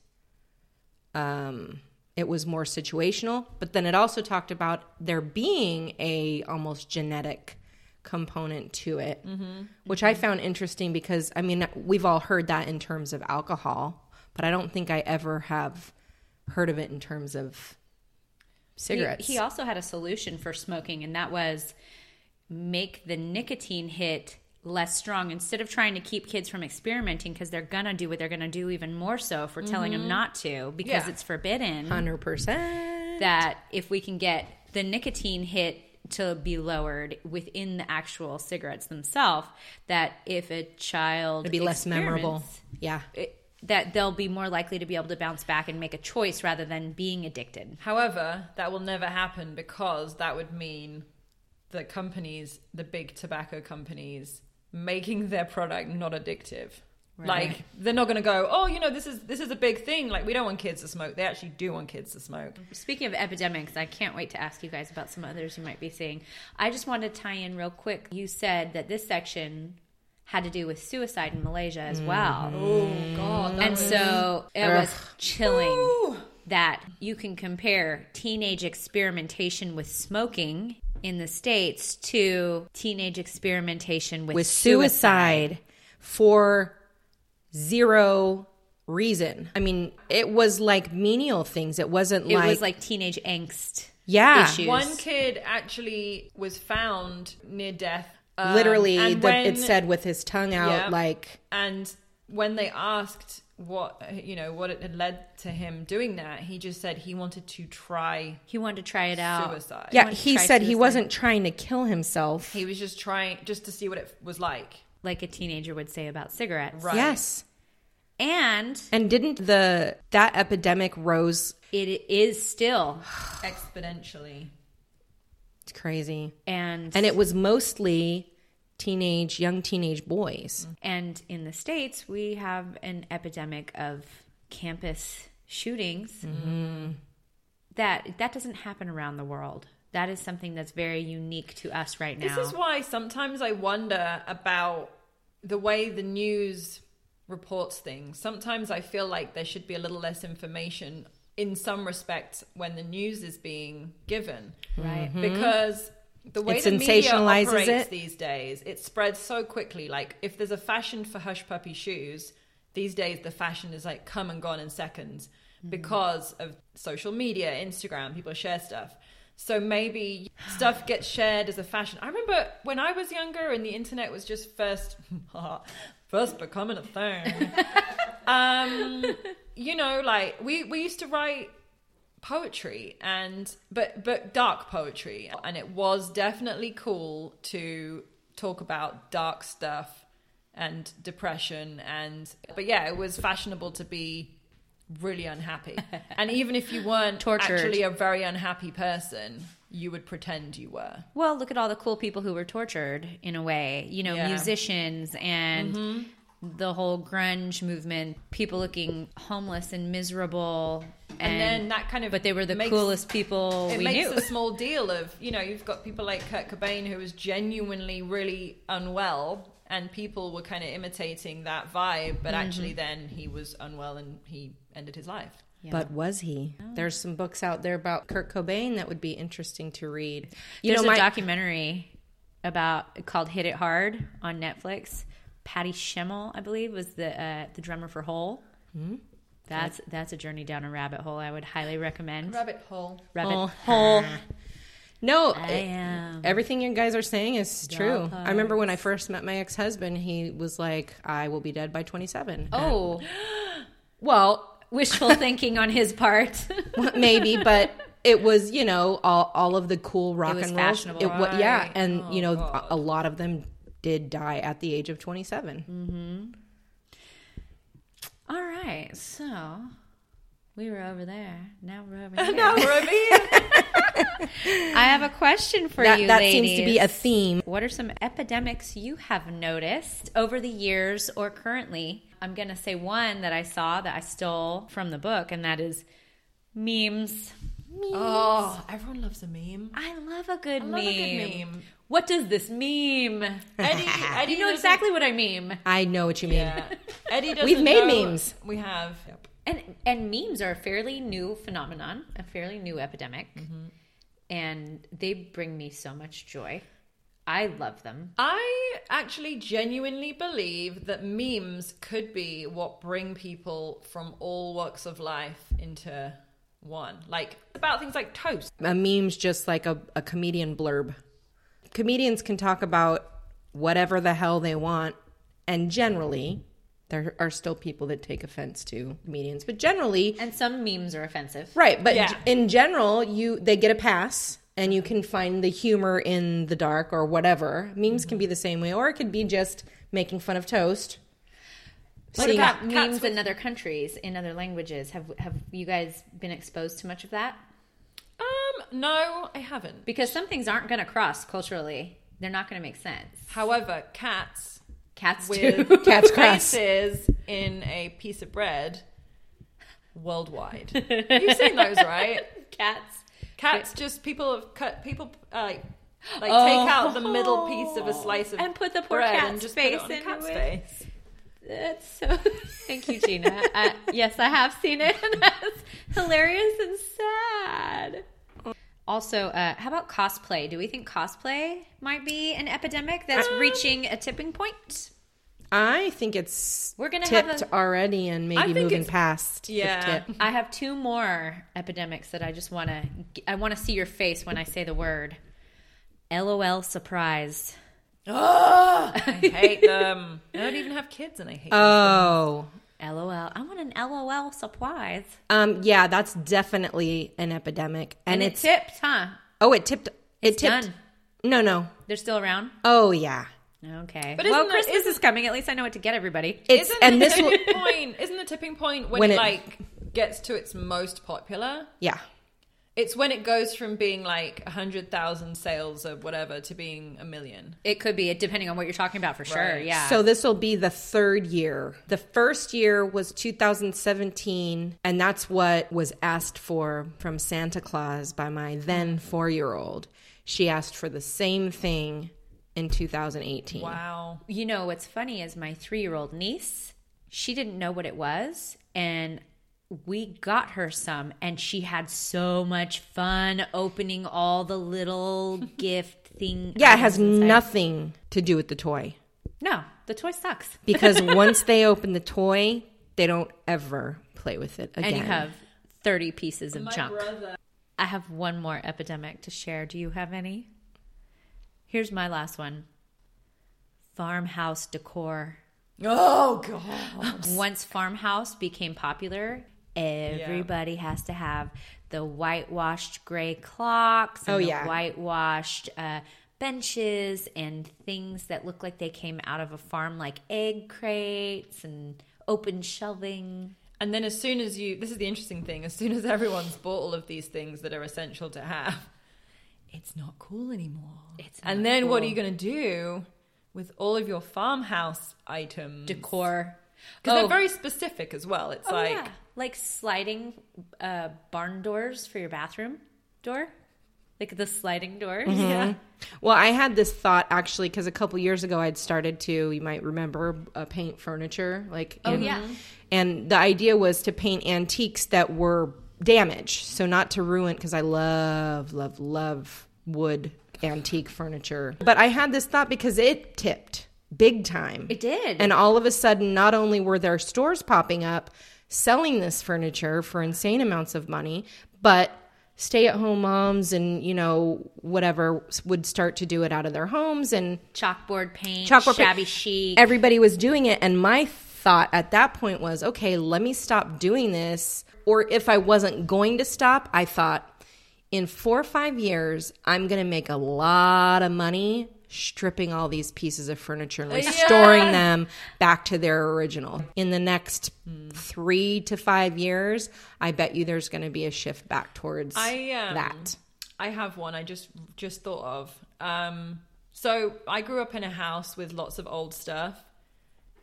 Speaker 2: um it was more situational but then it also talked about there being a almost genetic component to it which i found interesting because i mean we've all heard that in terms of alcohol but i don't think i ever have heard of it in terms of cigarettes.
Speaker 3: He, he also had a solution for smoking, and that was make the nicotine hit less strong instead of trying to keep kids from experimenting because they're gonna do what they're gonna do even more so if we're telling
Speaker 2: Mm-hmm.
Speaker 3: them not to because
Speaker 4: Yeah.
Speaker 3: it's forbidden.
Speaker 2: 100%.
Speaker 3: That if we can get the nicotine hit to be lowered within the actual cigarettes themselves, that if a child
Speaker 2: It'd be less memorable.
Speaker 3: experiments,
Speaker 2: Yeah.
Speaker 3: it- that they'll be more likely to be able to bounce back and make a choice rather than being addicted.
Speaker 4: However, that will never happen because that would mean the companies, the big tobacco companies, making their product not addictive. Like they're not going to go, oh, you know, this is this is a big thing. Like we don't want kids to smoke. They actually do want kids to smoke.
Speaker 3: Speaking of epidemics, I can't wait to ask you guys about some others you might be seeing. I just want to tie in real quick. You said that this section had to do with suicide in Malaysia as well.
Speaker 4: Oh God!
Speaker 3: And so it
Speaker 2: Ugh.
Speaker 3: was chilling that you can compare teenage experimentation with smoking in the States to teenage experimentation with,
Speaker 2: With suicide for zero reason. I mean, it was like menial things. It wasn't
Speaker 3: It
Speaker 2: like,
Speaker 3: was like teenage angst.
Speaker 2: yeah.
Speaker 3: issues.
Speaker 4: One kid actually was found near death. um,
Speaker 2: Literally,
Speaker 4: and
Speaker 2: the,
Speaker 4: when-
Speaker 2: it said with his tongue out,
Speaker 4: Yeah.
Speaker 2: like,
Speaker 4: And when they asked what you know what it had led to him doing that, he just said he wanted to try
Speaker 3: He wanted to try it out.
Speaker 4: suicide.
Speaker 2: yeah,
Speaker 3: wanted to
Speaker 2: he
Speaker 3: try
Speaker 2: said he
Speaker 3: suicide.
Speaker 2: wasn't trying to kill himself.
Speaker 4: He was just trying just to see what it was like.
Speaker 3: Like a teenager would say about cigarettes.
Speaker 4: Right.
Speaker 2: Yes.
Speaker 3: And
Speaker 2: And didn't the that epidemic rose?
Speaker 3: it is still
Speaker 4: Exponentially.
Speaker 2: It's crazy.
Speaker 3: and
Speaker 2: And it was mostly teenage, young teenage boys.
Speaker 3: and in the states we have an epidemic of campus shootings
Speaker 4: Mm-hmm.
Speaker 3: that that doesn't happen around the world that is something that's very unique to us right now
Speaker 4: This is why sometimes I wonder about the way the news reports things. Sometimes I feel like there should be a little less information in some respects when the news is being given.
Speaker 3: right
Speaker 4: because the way
Speaker 2: Mm-hmm. It
Speaker 4: the media
Speaker 2: sensationalizes
Speaker 4: operates
Speaker 2: it.
Speaker 4: these days, it spreads so quickly. Like if there's a fashion for hush puppy shoes, these days the fashion is like come and gone in seconds
Speaker 2: Mm-hmm.
Speaker 4: because of social media, Instagram, people share stuff. So maybe stuff gets shared as a fashion. I remember when I was younger and the internet was just first first becoming a thing. um, you know, like we we used to write poetry and but but dark poetry and it was definitely cool to talk about dark stuff and depression and but yeah it was fashionable to be really unhappy and even if you weren't
Speaker 3: Tortured.
Speaker 4: actually a very unhappy person you would pretend you were
Speaker 3: well look at all the cool people who were tortured in a way you know
Speaker 4: Yeah. Mm-hmm.
Speaker 3: musicians and the whole grunge movement people looking homeless and miserable and,
Speaker 4: and, then that kind of
Speaker 3: but they were the
Speaker 4: makes-
Speaker 3: coolest people
Speaker 4: it
Speaker 3: we
Speaker 4: makes
Speaker 3: knew
Speaker 4: a small deal of you know you've got people like Kurt Cobain who was genuinely really unwell and people were kind of imitating that vibe but
Speaker 3: Mm-hmm.
Speaker 4: actually then he was unwell and he ended his life
Speaker 2: But was he? There's some books out there about Kurt Cobain that would be interesting to read. You
Speaker 3: There's
Speaker 2: know, my
Speaker 3: a documentary about called "Hit It Hard" on Netflix. Patty Schemmel, I believe, was the uh, the drummer for Hole. That's that's a journey down a rabbit hole. I would highly recommend
Speaker 4: rabbit hole
Speaker 3: rabbit
Speaker 2: whole, whole no.
Speaker 3: I
Speaker 2: it-
Speaker 3: am.
Speaker 2: Everything you guys are saying is true.
Speaker 3: Dog
Speaker 2: I remember when I first met my ex husband, he was like, I will be dead by 27.
Speaker 3: Oh, well, wishful thinking on his part.
Speaker 2: maybe, but it was you know all all of the cool rock
Speaker 3: was
Speaker 2: and roll.
Speaker 3: fashionable.
Speaker 2: It wa- yeah,
Speaker 4: Right.
Speaker 2: and you know
Speaker 4: God.
Speaker 2: a lot of them did die at the age of twenty
Speaker 3: All right, so we were over there. Now we're over here.
Speaker 4: now we're over here
Speaker 3: I have a question for
Speaker 2: That
Speaker 3: you.
Speaker 2: that
Speaker 3: ladies.
Speaker 2: seems to be a theme.
Speaker 3: What are some epidemics you have noticed over the years or currently? I'm going to say one that I saw that I stole from the book, and that is memes.
Speaker 4: oh everyone loves a meme
Speaker 3: I love a good,
Speaker 4: love
Speaker 3: meme.
Speaker 4: a good meme.
Speaker 3: What does this meme?
Speaker 4: Eddie, Eddie
Speaker 3: You know
Speaker 4: doesn't-
Speaker 3: exactly what I meme.
Speaker 2: I know what you mean.
Speaker 4: yeah. Eddie doesn't
Speaker 2: We've made
Speaker 4: know-
Speaker 2: memes.
Speaker 4: we have
Speaker 3: And and memes are a fairly new phenomenon, a fairly new epidemic,
Speaker 4: Mm-hmm.
Speaker 3: and they bring me so much joy. I love them.
Speaker 4: I actually genuinely believe that memes could be what bring people from all walks of life into one, like about things like toast.
Speaker 2: a meme's just like a, a comedian blurb. Comedians can talk about whatever the hell they want, and generally, there are still people that take offense to comedians, but generally,
Speaker 3: And some memes are offensive.
Speaker 2: right? But
Speaker 4: Yeah.
Speaker 2: g- in general, you they get a pass, and you can find the humor in the dark or whatever. Memes can be the same way, or it could be just making fun of toast.
Speaker 3: What
Speaker 2: Seeing-
Speaker 3: about
Speaker 4: Cats
Speaker 3: memes
Speaker 4: with-
Speaker 3: in other countries, in other languages? Have have you guys been exposed to much of that?
Speaker 4: Um, no, I haven't.
Speaker 3: Because some things aren't going to cross culturally. They're not going to make sense.
Speaker 4: However, cats
Speaker 3: Cats
Speaker 4: with
Speaker 3: too.
Speaker 2: Cat's cross.
Speaker 4: faces in a piece of bread worldwide. You've seen those, right?
Speaker 3: Cats.
Speaker 4: Cats just people have cut people uh, like like
Speaker 3: Oh.
Speaker 4: take out the middle piece of a slice of
Speaker 3: And put the poor
Speaker 4: bread
Speaker 3: cat's
Speaker 4: and just
Speaker 3: face
Speaker 4: put it
Speaker 3: into
Speaker 4: on a cat's
Speaker 3: it.
Speaker 4: face.
Speaker 3: That's so. Thank you, Gina. uh, yes, I have seen it, and that's hilarious and sad. Also, uh, how about cosplay? Do we think cosplay might be an epidemic that's reaching a tipping point?
Speaker 2: I think it's
Speaker 3: We're gonna have
Speaker 2: tipped
Speaker 3: a-
Speaker 2: already, and
Speaker 4: I
Speaker 2: maybe
Speaker 4: think
Speaker 2: moving
Speaker 4: it's-
Speaker 2: past. the
Speaker 4: Yeah.
Speaker 2: tip.
Speaker 3: I have two more epidemics that I just want to. I want to see your face when I say the word. LOL surprise. Oh,
Speaker 4: I hate them. I don't even have kids, and I hate. them.
Speaker 2: Oh.
Speaker 3: LOL. I want an LOL surprise.
Speaker 2: Um, yeah, that's definitely an epidemic, and,
Speaker 3: And it
Speaker 2: it's
Speaker 3: tipped, huh?
Speaker 2: oh, it tipped. It tipped.
Speaker 3: done.
Speaker 2: No, no.
Speaker 3: They're still around.
Speaker 2: Oh, yeah.
Speaker 3: Okay.
Speaker 4: But
Speaker 3: well,
Speaker 4: isn't that-
Speaker 3: Christmas is coming. At least I know what to get everybody.
Speaker 2: It's
Speaker 4: isn't
Speaker 2: and
Speaker 4: the
Speaker 2: this will.
Speaker 4: tipping point? Isn't the tipping point when,
Speaker 2: When
Speaker 4: it,
Speaker 2: it-
Speaker 4: like gets to its most popular?
Speaker 2: Yeah,
Speaker 4: It's when it goes from being like hundred thousand sales of whatever to being a million.
Speaker 3: It could be, depending on what you're talking about, for sure.
Speaker 4: Right.
Speaker 3: Yeah.
Speaker 2: So this will be the third year. The first year was 2017, and that's what was asked for from Santa Claus by my then four year old. She asked for the same thing in 2018.
Speaker 4: Wow.
Speaker 3: you know what's funny is my three year old niece. She didn't know what it was, and we got her some, and she had so much fun opening all the little gift thing.
Speaker 2: Yeah, it has
Speaker 3: items inside.
Speaker 2: nothing to do with the toy.
Speaker 3: No, the toy sucks.
Speaker 2: because once they open the toy, they don't ever play with it again.
Speaker 3: And you have thirty pieces of
Speaker 4: My
Speaker 3: junk.
Speaker 4: brother.
Speaker 3: I have one more epidemic to share. Do you have any? Here's my last one. Farmhouse decor.
Speaker 4: Oh god.
Speaker 3: Once farmhouse became popular, everybody has to have the whitewashed gray clocks and
Speaker 2: Oh,
Speaker 3: the
Speaker 2: yeah.
Speaker 3: whitewashed uh, benches and things that look like they came out of a farm, like egg crates and open shelving.
Speaker 4: And then as soon as you, this is the interesting thing. As soon as everyone's bought all of these things that are essential to have, it's not cool anymore.
Speaker 3: It's
Speaker 4: and
Speaker 3: not
Speaker 4: then what are you
Speaker 3: cool.
Speaker 4: going to do with all of your farmhouse items? Because
Speaker 3: decor?
Speaker 4: they're very specific as well. It's
Speaker 3: Oh,
Speaker 4: like
Speaker 3: yeah. like sliding uh, barn doors for your bathroom door, like the sliding doors.
Speaker 2: Mm-hmm.
Speaker 3: Yeah.
Speaker 2: Well, I had this thought actually because a couple years ago I'd started to, you might remember, uh, paint furniture. Like,
Speaker 3: Oh, yeah.
Speaker 2: And the idea was to paint antiques that were damaged, so not to ruin. Because I love, love, love wood antique furniture. But I had this thought because it tipped big time.
Speaker 3: It did.
Speaker 2: And all of a sudden, not only were there stores popping up selling this furniture for insane amounts of money, but stay at home moms and, you know, whatever would start to do it out of their homes. And
Speaker 3: Chalkboard paint,
Speaker 2: Chalkboard paint.
Speaker 3: shabby chic.
Speaker 2: everybody was doing it. And my thought at that point was, okay, let me stop doing this. Or if I wasn't going to stop, I thought, in four or five years, I'm going to make a lot of money stripping all these pieces of furniture and restoring them back to their original. In the next three to five years, I bet you there's going to be a shift back towards
Speaker 4: I, um,
Speaker 2: that.
Speaker 4: I have one. I just just thought of. Um, so I grew up in a house with lots of old stuff.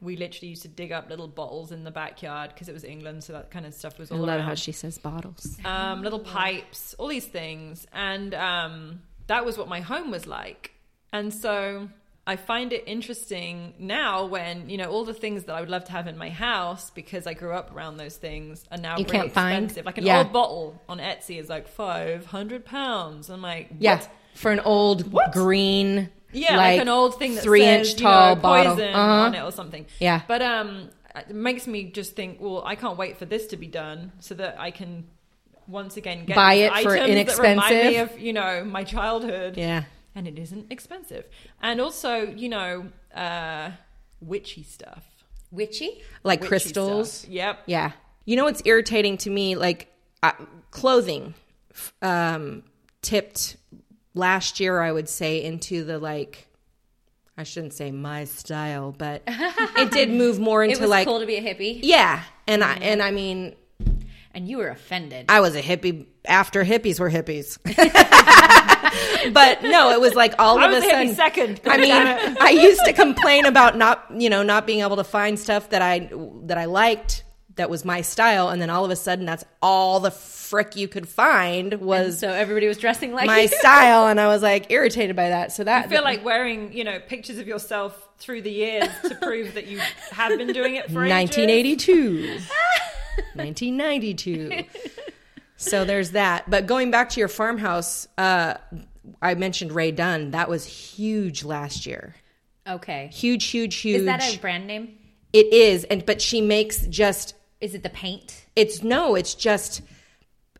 Speaker 4: We literally used to dig up little bottles in the backyard because it was England, so that kind of stuff was
Speaker 2: I
Speaker 4: all
Speaker 2: love
Speaker 4: around.
Speaker 2: how she says bottles.
Speaker 4: um,
Speaker 2: Oh.
Speaker 4: little pipes, all these things. And um, that was what my home was like. And so I find it interesting now when, you know, all the things that I would love to have in my house because I grew up around those things are now
Speaker 2: You
Speaker 4: really
Speaker 2: can't find?
Speaker 4: expensive. Like an
Speaker 2: Yeah.
Speaker 4: old bottle on Etsy is like 500 pounds. I'm like,
Speaker 2: Yeah,
Speaker 4: what?
Speaker 2: for an old green,
Speaker 4: Yeah, like, an old thing that
Speaker 2: three
Speaker 4: says,
Speaker 2: inch
Speaker 4: you know,
Speaker 2: tall bottle.
Speaker 4: poison on it
Speaker 2: Uh-huh.
Speaker 4: or something.
Speaker 2: Yeah.
Speaker 4: but um, it makes me just think. Well, I can't wait for this to be done so that I can once again get
Speaker 5: Buy
Speaker 4: these
Speaker 5: it for
Speaker 4: items that remind me
Speaker 5: inexpensive.
Speaker 4: of you know my childhood.
Speaker 5: Yeah.
Speaker 4: and it isn't expensive. And also, you know, uh, witchy stuff.
Speaker 3: Witchy?
Speaker 5: Like
Speaker 4: Witchy
Speaker 5: crystals.
Speaker 4: stuff. Yep.
Speaker 5: Yeah.
Speaker 2: You know what's irritating to me? Like uh, clothing f- um, tipped last year, I would say, into the like, I shouldn't say my style, but it did move more
Speaker 3: It
Speaker 2: into
Speaker 3: was
Speaker 2: like,
Speaker 3: cool to be a hippie.
Speaker 2: yeah. And
Speaker 4: Mm-hmm.
Speaker 2: I, and I mean,
Speaker 3: And you were offended.
Speaker 2: I was a hippie after hippies were hippies. but no, it was like all
Speaker 4: I
Speaker 2: of
Speaker 4: was
Speaker 2: a
Speaker 4: a
Speaker 2: sudden.
Speaker 4: hippie second.
Speaker 2: I mean, I used to complain about not, you know, not being able to find stuff that I that I liked that was my style, and then all of a sudden, that's all the frick you could find was
Speaker 3: so everybody was dressing like
Speaker 2: my
Speaker 3: you.
Speaker 2: style, and I was like irritated by that. So that
Speaker 4: I feel like wearing you know pictures of yourself through the years to prove that you have been doing it for ages.
Speaker 2: 1982. 1992. So there's that. But going back to your farmhouse, uh, I mentioned Ray Dunn. That was huge last year.
Speaker 3: Okay.
Speaker 2: Huge, huge, huge.
Speaker 3: Is that a brand name?
Speaker 2: It is, and but she makes just
Speaker 3: Is it the paint?
Speaker 2: it's no, it's just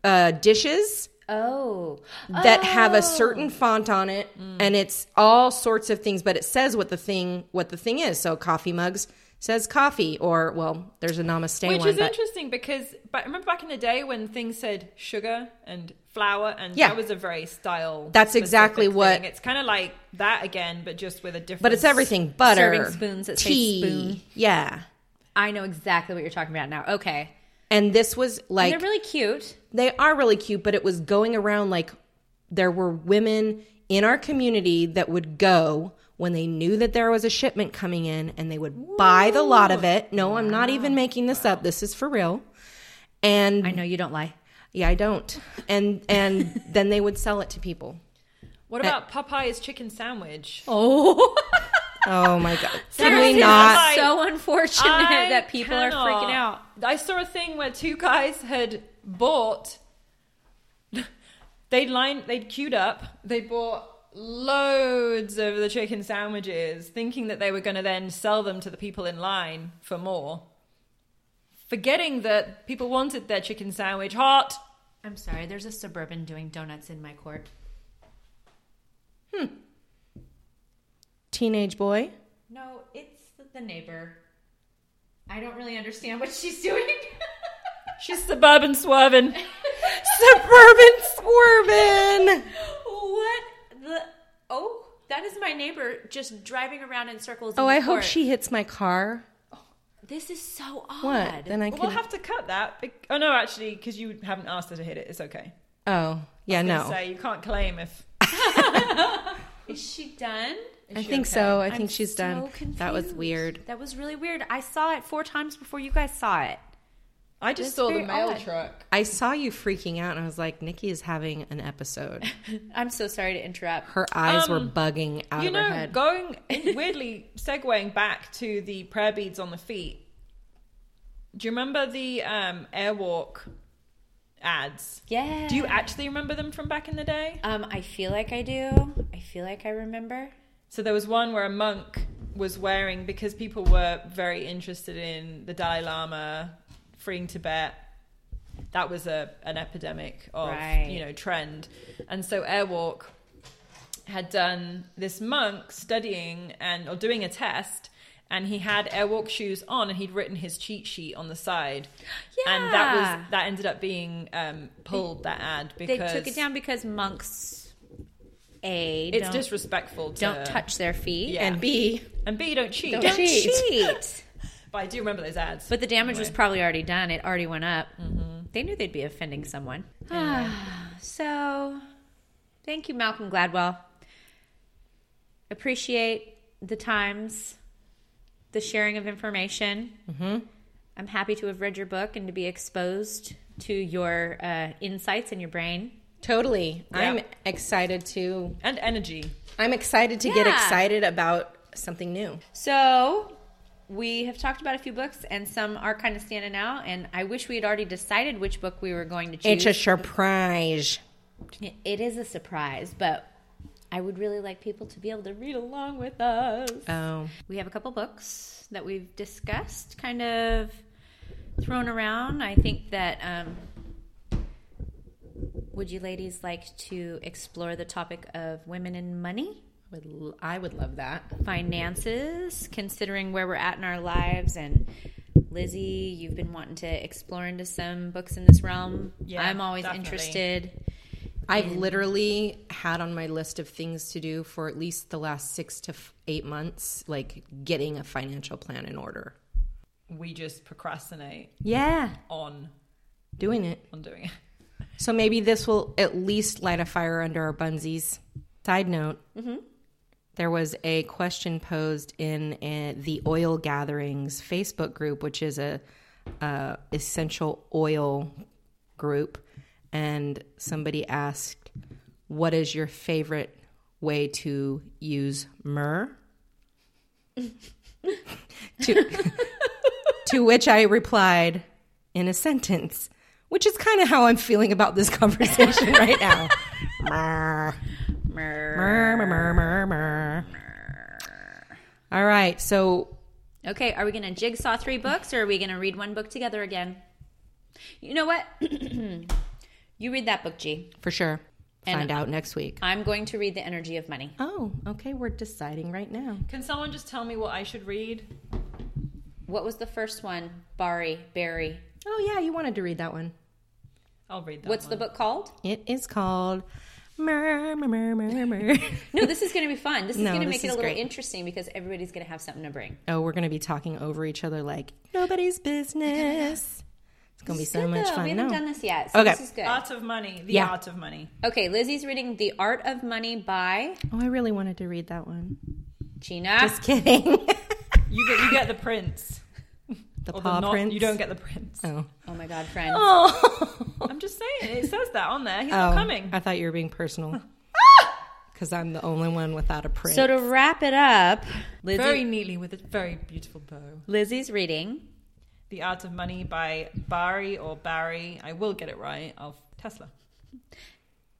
Speaker 2: uh, dishes
Speaker 3: Oh.
Speaker 2: that have a certain font on it,
Speaker 3: Mm.
Speaker 2: and it's all sorts of things. But it says what the thing what the thing is. So coffee mugs says coffee, or well, there's a Namaste
Speaker 4: Which
Speaker 2: one.
Speaker 4: is
Speaker 2: but-
Speaker 4: interesting because, but remember back in the day when things said sugar and flour, and
Speaker 2: Yeah.
Speaker 4: that was a very style.
Speaker 2: That's exactly
Speaker 4: specific
Speaker 2: what-
Speaker 4: thing. It's kind of like that again, but just with a different.
Speaker 2: but it's everything butter,
Speaker 3: Serving spoons that say
Speaker 2: tea,
Speaker 3: spoon.
Speaker 2: yeah.
Speaker 3: I know exactly what you're talking about now. Okay.
Speaker 2: And this was like
Speaker 3: They're really cute.
Speaker 2: they are really cute, but it was going around like there were women in our community that would go when they knew that there was a shipment coming in and they would buy the lot of it. No, I'm not even making this up. This is for real. And
Speaker 3: I know you don't lie.
Speaker 2: yeah, I don't. And and then they would sell it to people.
Speaker 4: What about Popeye's chicken sandwich?
Speaker 3: Oh.
Speaker 2: Oh my god.
Speaker 3: Seriously,
Speaker 2: Can we not?
Speaker 3: that's so unfortunate
Speaker 4: I
Speaker 3: that people
Speaker 4: cannot.
Speaker 3: are freaking out.
Speaker 4: I saw a thing where two guys had bought. They'd lined, they'd queued up, they bought loads of the chicken sandwiches, thinking that they were going to then sell them to the people in line for more, forgetting that people wanted their chicken sandwich hot.
Speaker 3: I'm sorry. There's a suburban doing donuts in my court.
Speaker 2: Teenage boy.
Speaker 3: No, it's the neighbor. I don't really understand what she's doing.
Speaker 4: She's suburban swerving.
Speaker 2: Suburban swerving.
Speaker 3: what the? Oh, that is my neighbor just driving around in circles. in
Speaker 2: Oh,
Speaker 3: the
Speaker 2: I hope
Speaker 3: court.
Speaker 2: she hits my car.
Speaker 3: This is so odd.
Speaker 2: What? Then I
Speaker 4: We'll
Speaker 2: could
Speaker 4: have to cut that. bec- Oh no, actually, because you haven't asked her to hit it. It's okay.
Speaker 2: Oh, yeah,
Speaker 4: I was
Speaker 2: no.
Speaker 4: gonna Say you can't claim if
Speaker 3: Is she done?
Speaker 2: I think so. Oh, I
Speaker 3: I'm
Speaker 2: think she's
Speaker 3: so
Speaker 2: done. That was
Speaker 3: confused.
Speaker 2: weird.
Speaker 3: That was really weird. I saw it four times before you guys saw it.
Speaker 4: I just saw the
Speaker 3: very
Speaker 4: mail
Speaker 3: odd.
Speaker 4: truck.
Speaker 2: I saw you freaking out, and I was like, Nikki is having an episode.
Speaker 3: I'm so sorry to interrupt.
Speaker 2: Her eyes were
Speaker 4: Um,
Speaker 2: bugging out
Speaker 4: you
Speaker 2: of
Speaker 4: know,
Speaker 2: her head.
Speaker 4: going weirdly segueing back to the prayer beads on the feet. Do you remember the um, Airwalk ads?
Speaker 3: Yeah.
Speaker 4: Do you actually remember them from back in the day?
Speaker 3: Um, I feel like I do. I feel like I remember.
Speaker 4: So there was one where a monk was wearing because people were very interested in the Dalai Lama freeing Tibet. That was a an epidemic of
Speaker 3: Right.
Speaker 4: you know trend, and so Airwalk had done this monk studying and or doing a test. And he had airwalk shoes on, and he'd written his cheat sheet on the side, and that
Speaker 3: Yeah.
Speaker 4: was that ended up being um, pulled that ad
Speaker 3: They
Speaker 4: because
Speaker 3: took it down because monks a
Speaker 4: It's
Speaker 3: don't,
Speaker 4: disrespectful. To,
Speaker 3: don't touch their feet.
Speaker 4: Yeah.
Speaker 2: And B,
Speaker 4: and B don't cheat.
Speaker 3: Don't cheat.
Speaker 4: But I do remember those ads.
Speaker 3: But the damage was probably already done. It already went up. They knew they'd be offending someone. Ah, so, thank you, Malcolm Gladwell. Appreciate the times, the sharing of information. I'm happy to have read your book and to be exposed to your uh, insights in your brain.
Speaker 2: totally.
Speaker 4: Yeah.
Speaker 2: I'm excited to.
Speaker 4: and energy.
Speaker 2: I'm excited to get
Speaker 3: Yeah.
Speaker 2: excited about something new.
Speaker 3: So, we have talked about a few books, and some are kind of standing out. And I wish we had already decided which book we were going to choose.
Speaker 2: It's a surprise.
Speaker 3: It- It is a surprise, but I would really like people to be able to read along with us.
Speaker 2: Oh,
Speaker 3: We have a couple books that we've discussed, kind of thrown around. I think that um, Would you ladies like to explore the topic of women and money,
Speaker 2: Would l- I would love that.
Speaker 3: finances, considering where we're at in our lives? And Lizzie, you've been wanting to explore into some books in this realm.
Speaker 4: Yeah,
Speaker 3: I'm always
Speaker 4: definitely.
Speaker 3: interested.
Speaker 2: I've literally had on my list of things to do for at least the last six to f- eight months, like getting a financial plan in order.
Speaker 4: We just procrastinate
Speaker 2: Yeah,
Speaker 4: on
Speaker 2: doing it.
Speaker 4: on doing it.
Speaker 2: So maybe this will at least light a fire under our bunsies. Side note: There was a question posed in uh, the Oil Gatherings Facebook group, which is a uh, essential oil group, and somebody asked, "What is your favorite way to use myrrh?" to, to which I replied in a sentence, which is kind of how I'm feeling about this conversation right now. Murr, murr, murr, murr, murr, murr. All right, so
Speaker 3: Okay, are we going to jigsaw three books or are we going to read one book together again? You know what? you read that book, G.
Speaker 2: for sure,
Speaker 3: And-
Speaker 2: find out next week.
Speaker 3: I'm going to read The Energy of Money.
Speaker 2: Oh, okay, we're deciding right now.
Speaker 4: Can someone just tell me what I should read?
Speaker 3: What was the first one? Bari, Barry.
Speaker 2: Oh yeah, you wanted to read that one.
Speaker 4: I'll read that.
Speaker 3: What's the book called?
Speaker 2: It is called Murr, murr, murr, murr, murr.
Speaker 3: No, this is going to be fun. This is
Speaker 2: No,
Speaker 3: going to
Speaker 2: this
Speaker 3: make it a
Speaker 2: is
Speaker 3: little
Speaker 2: great.
Speaker 3: interesting because everybody's going to have something to bring.
Speaker 2: oh, we're gonna be talking over each other like nobody's business. It's gonna be so much
Speaker 3: Though,
Speaker 2: fun.
Speaker 3: We haven't
Speaker 2: no.
Speaker 3: done this yet. So
Speaker 2: Okay.
Speaker 3: This is good.
Speaker 4: Art of Money. The
Speaker 2: Yeah.
Speaker 4: Art of Money.
Speaker 3: Okay, Lizzie's reading The Art of Money by
Speaker 2: Oh, I really wanted to read that one.
Speaker 3: Gina.
Speaker 2: Just kidding.
Speaker 4: You get you get the prince.
Speaker 2: the
Speaker 4: Or
Speaker 2: paw
Speaker 4: the not,
Speaker 2: prints.
Speaker 4: You don't get the prince.
Speaker 2: Oh.
Speaker 3: oh my God, friends.
Speaker 2: Oh.
Speaker 4: I'm just saying. It says that on there. He's not coming.
Speaker 2: I thought you were being personal. Ah! Because I'm the only one without a print.
Speaker 3: So to wrap it up, Lizzie,
Speaker 4: Very neatly with a very beautiful bow.
Speaker 3: Lizzie's reading.
Speaker 4: The Art of Money by Barry or Barry. I will get it right. Of Tesla.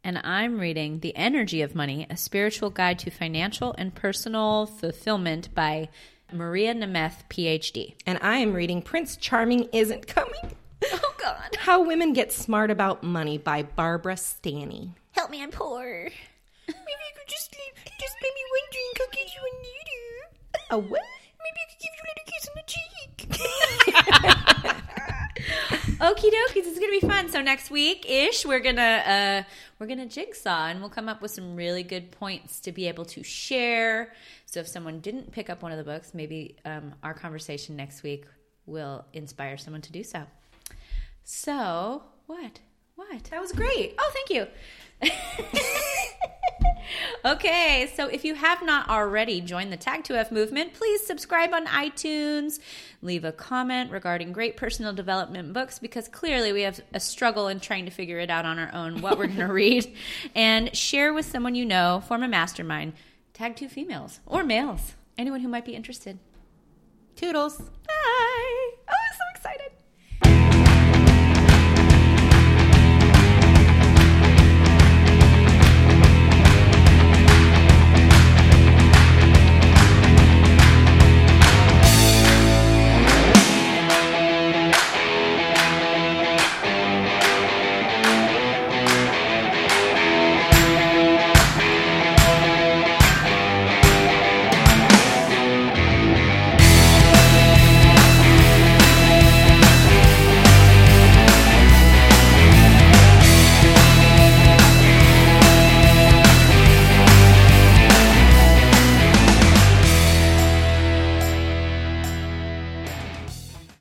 Speaker 3: and I'm reading The Energy of Money, a spiritual guide to financial and personal fulfillment by Maria Nemeth, PhD.
Speaker 2: and I am reading Prince Charming Isn't Coming
Speaker 3: Oh, God.
Speaker 2: How Women Get Smart About Money by Barbara Stanny.
Speaker 3: Help me, I'm poor.
Speaker 2: Maybe you could just, just maybe one drink. I'll give you a needle. A what? Maybe I could give you a little kiss on the cheek.
Speaker 3: Okie dokies, it's gonna be fun. So next week ish, we're gonna uh, we're gonna jigsaw and we'll come up with some really good points to be able to share. So if someone didn't pick up one of the books, maybe um, our conversation next week will inspire someone to do so. So what? What?
Speaker 2: that was great.
Speaker 3: Oh, thank you. okay, so if you have not already joined the Tag2F movement, please subscribe on iTunes, leave a comment regarding great personal development books because clearly we have a struggle in trying to figure it out on our own what we're going to read, and share with someone you know, form a mastermind, tag two females or males, anyone who might be interested. Oh,
Speaker 2: Toodles.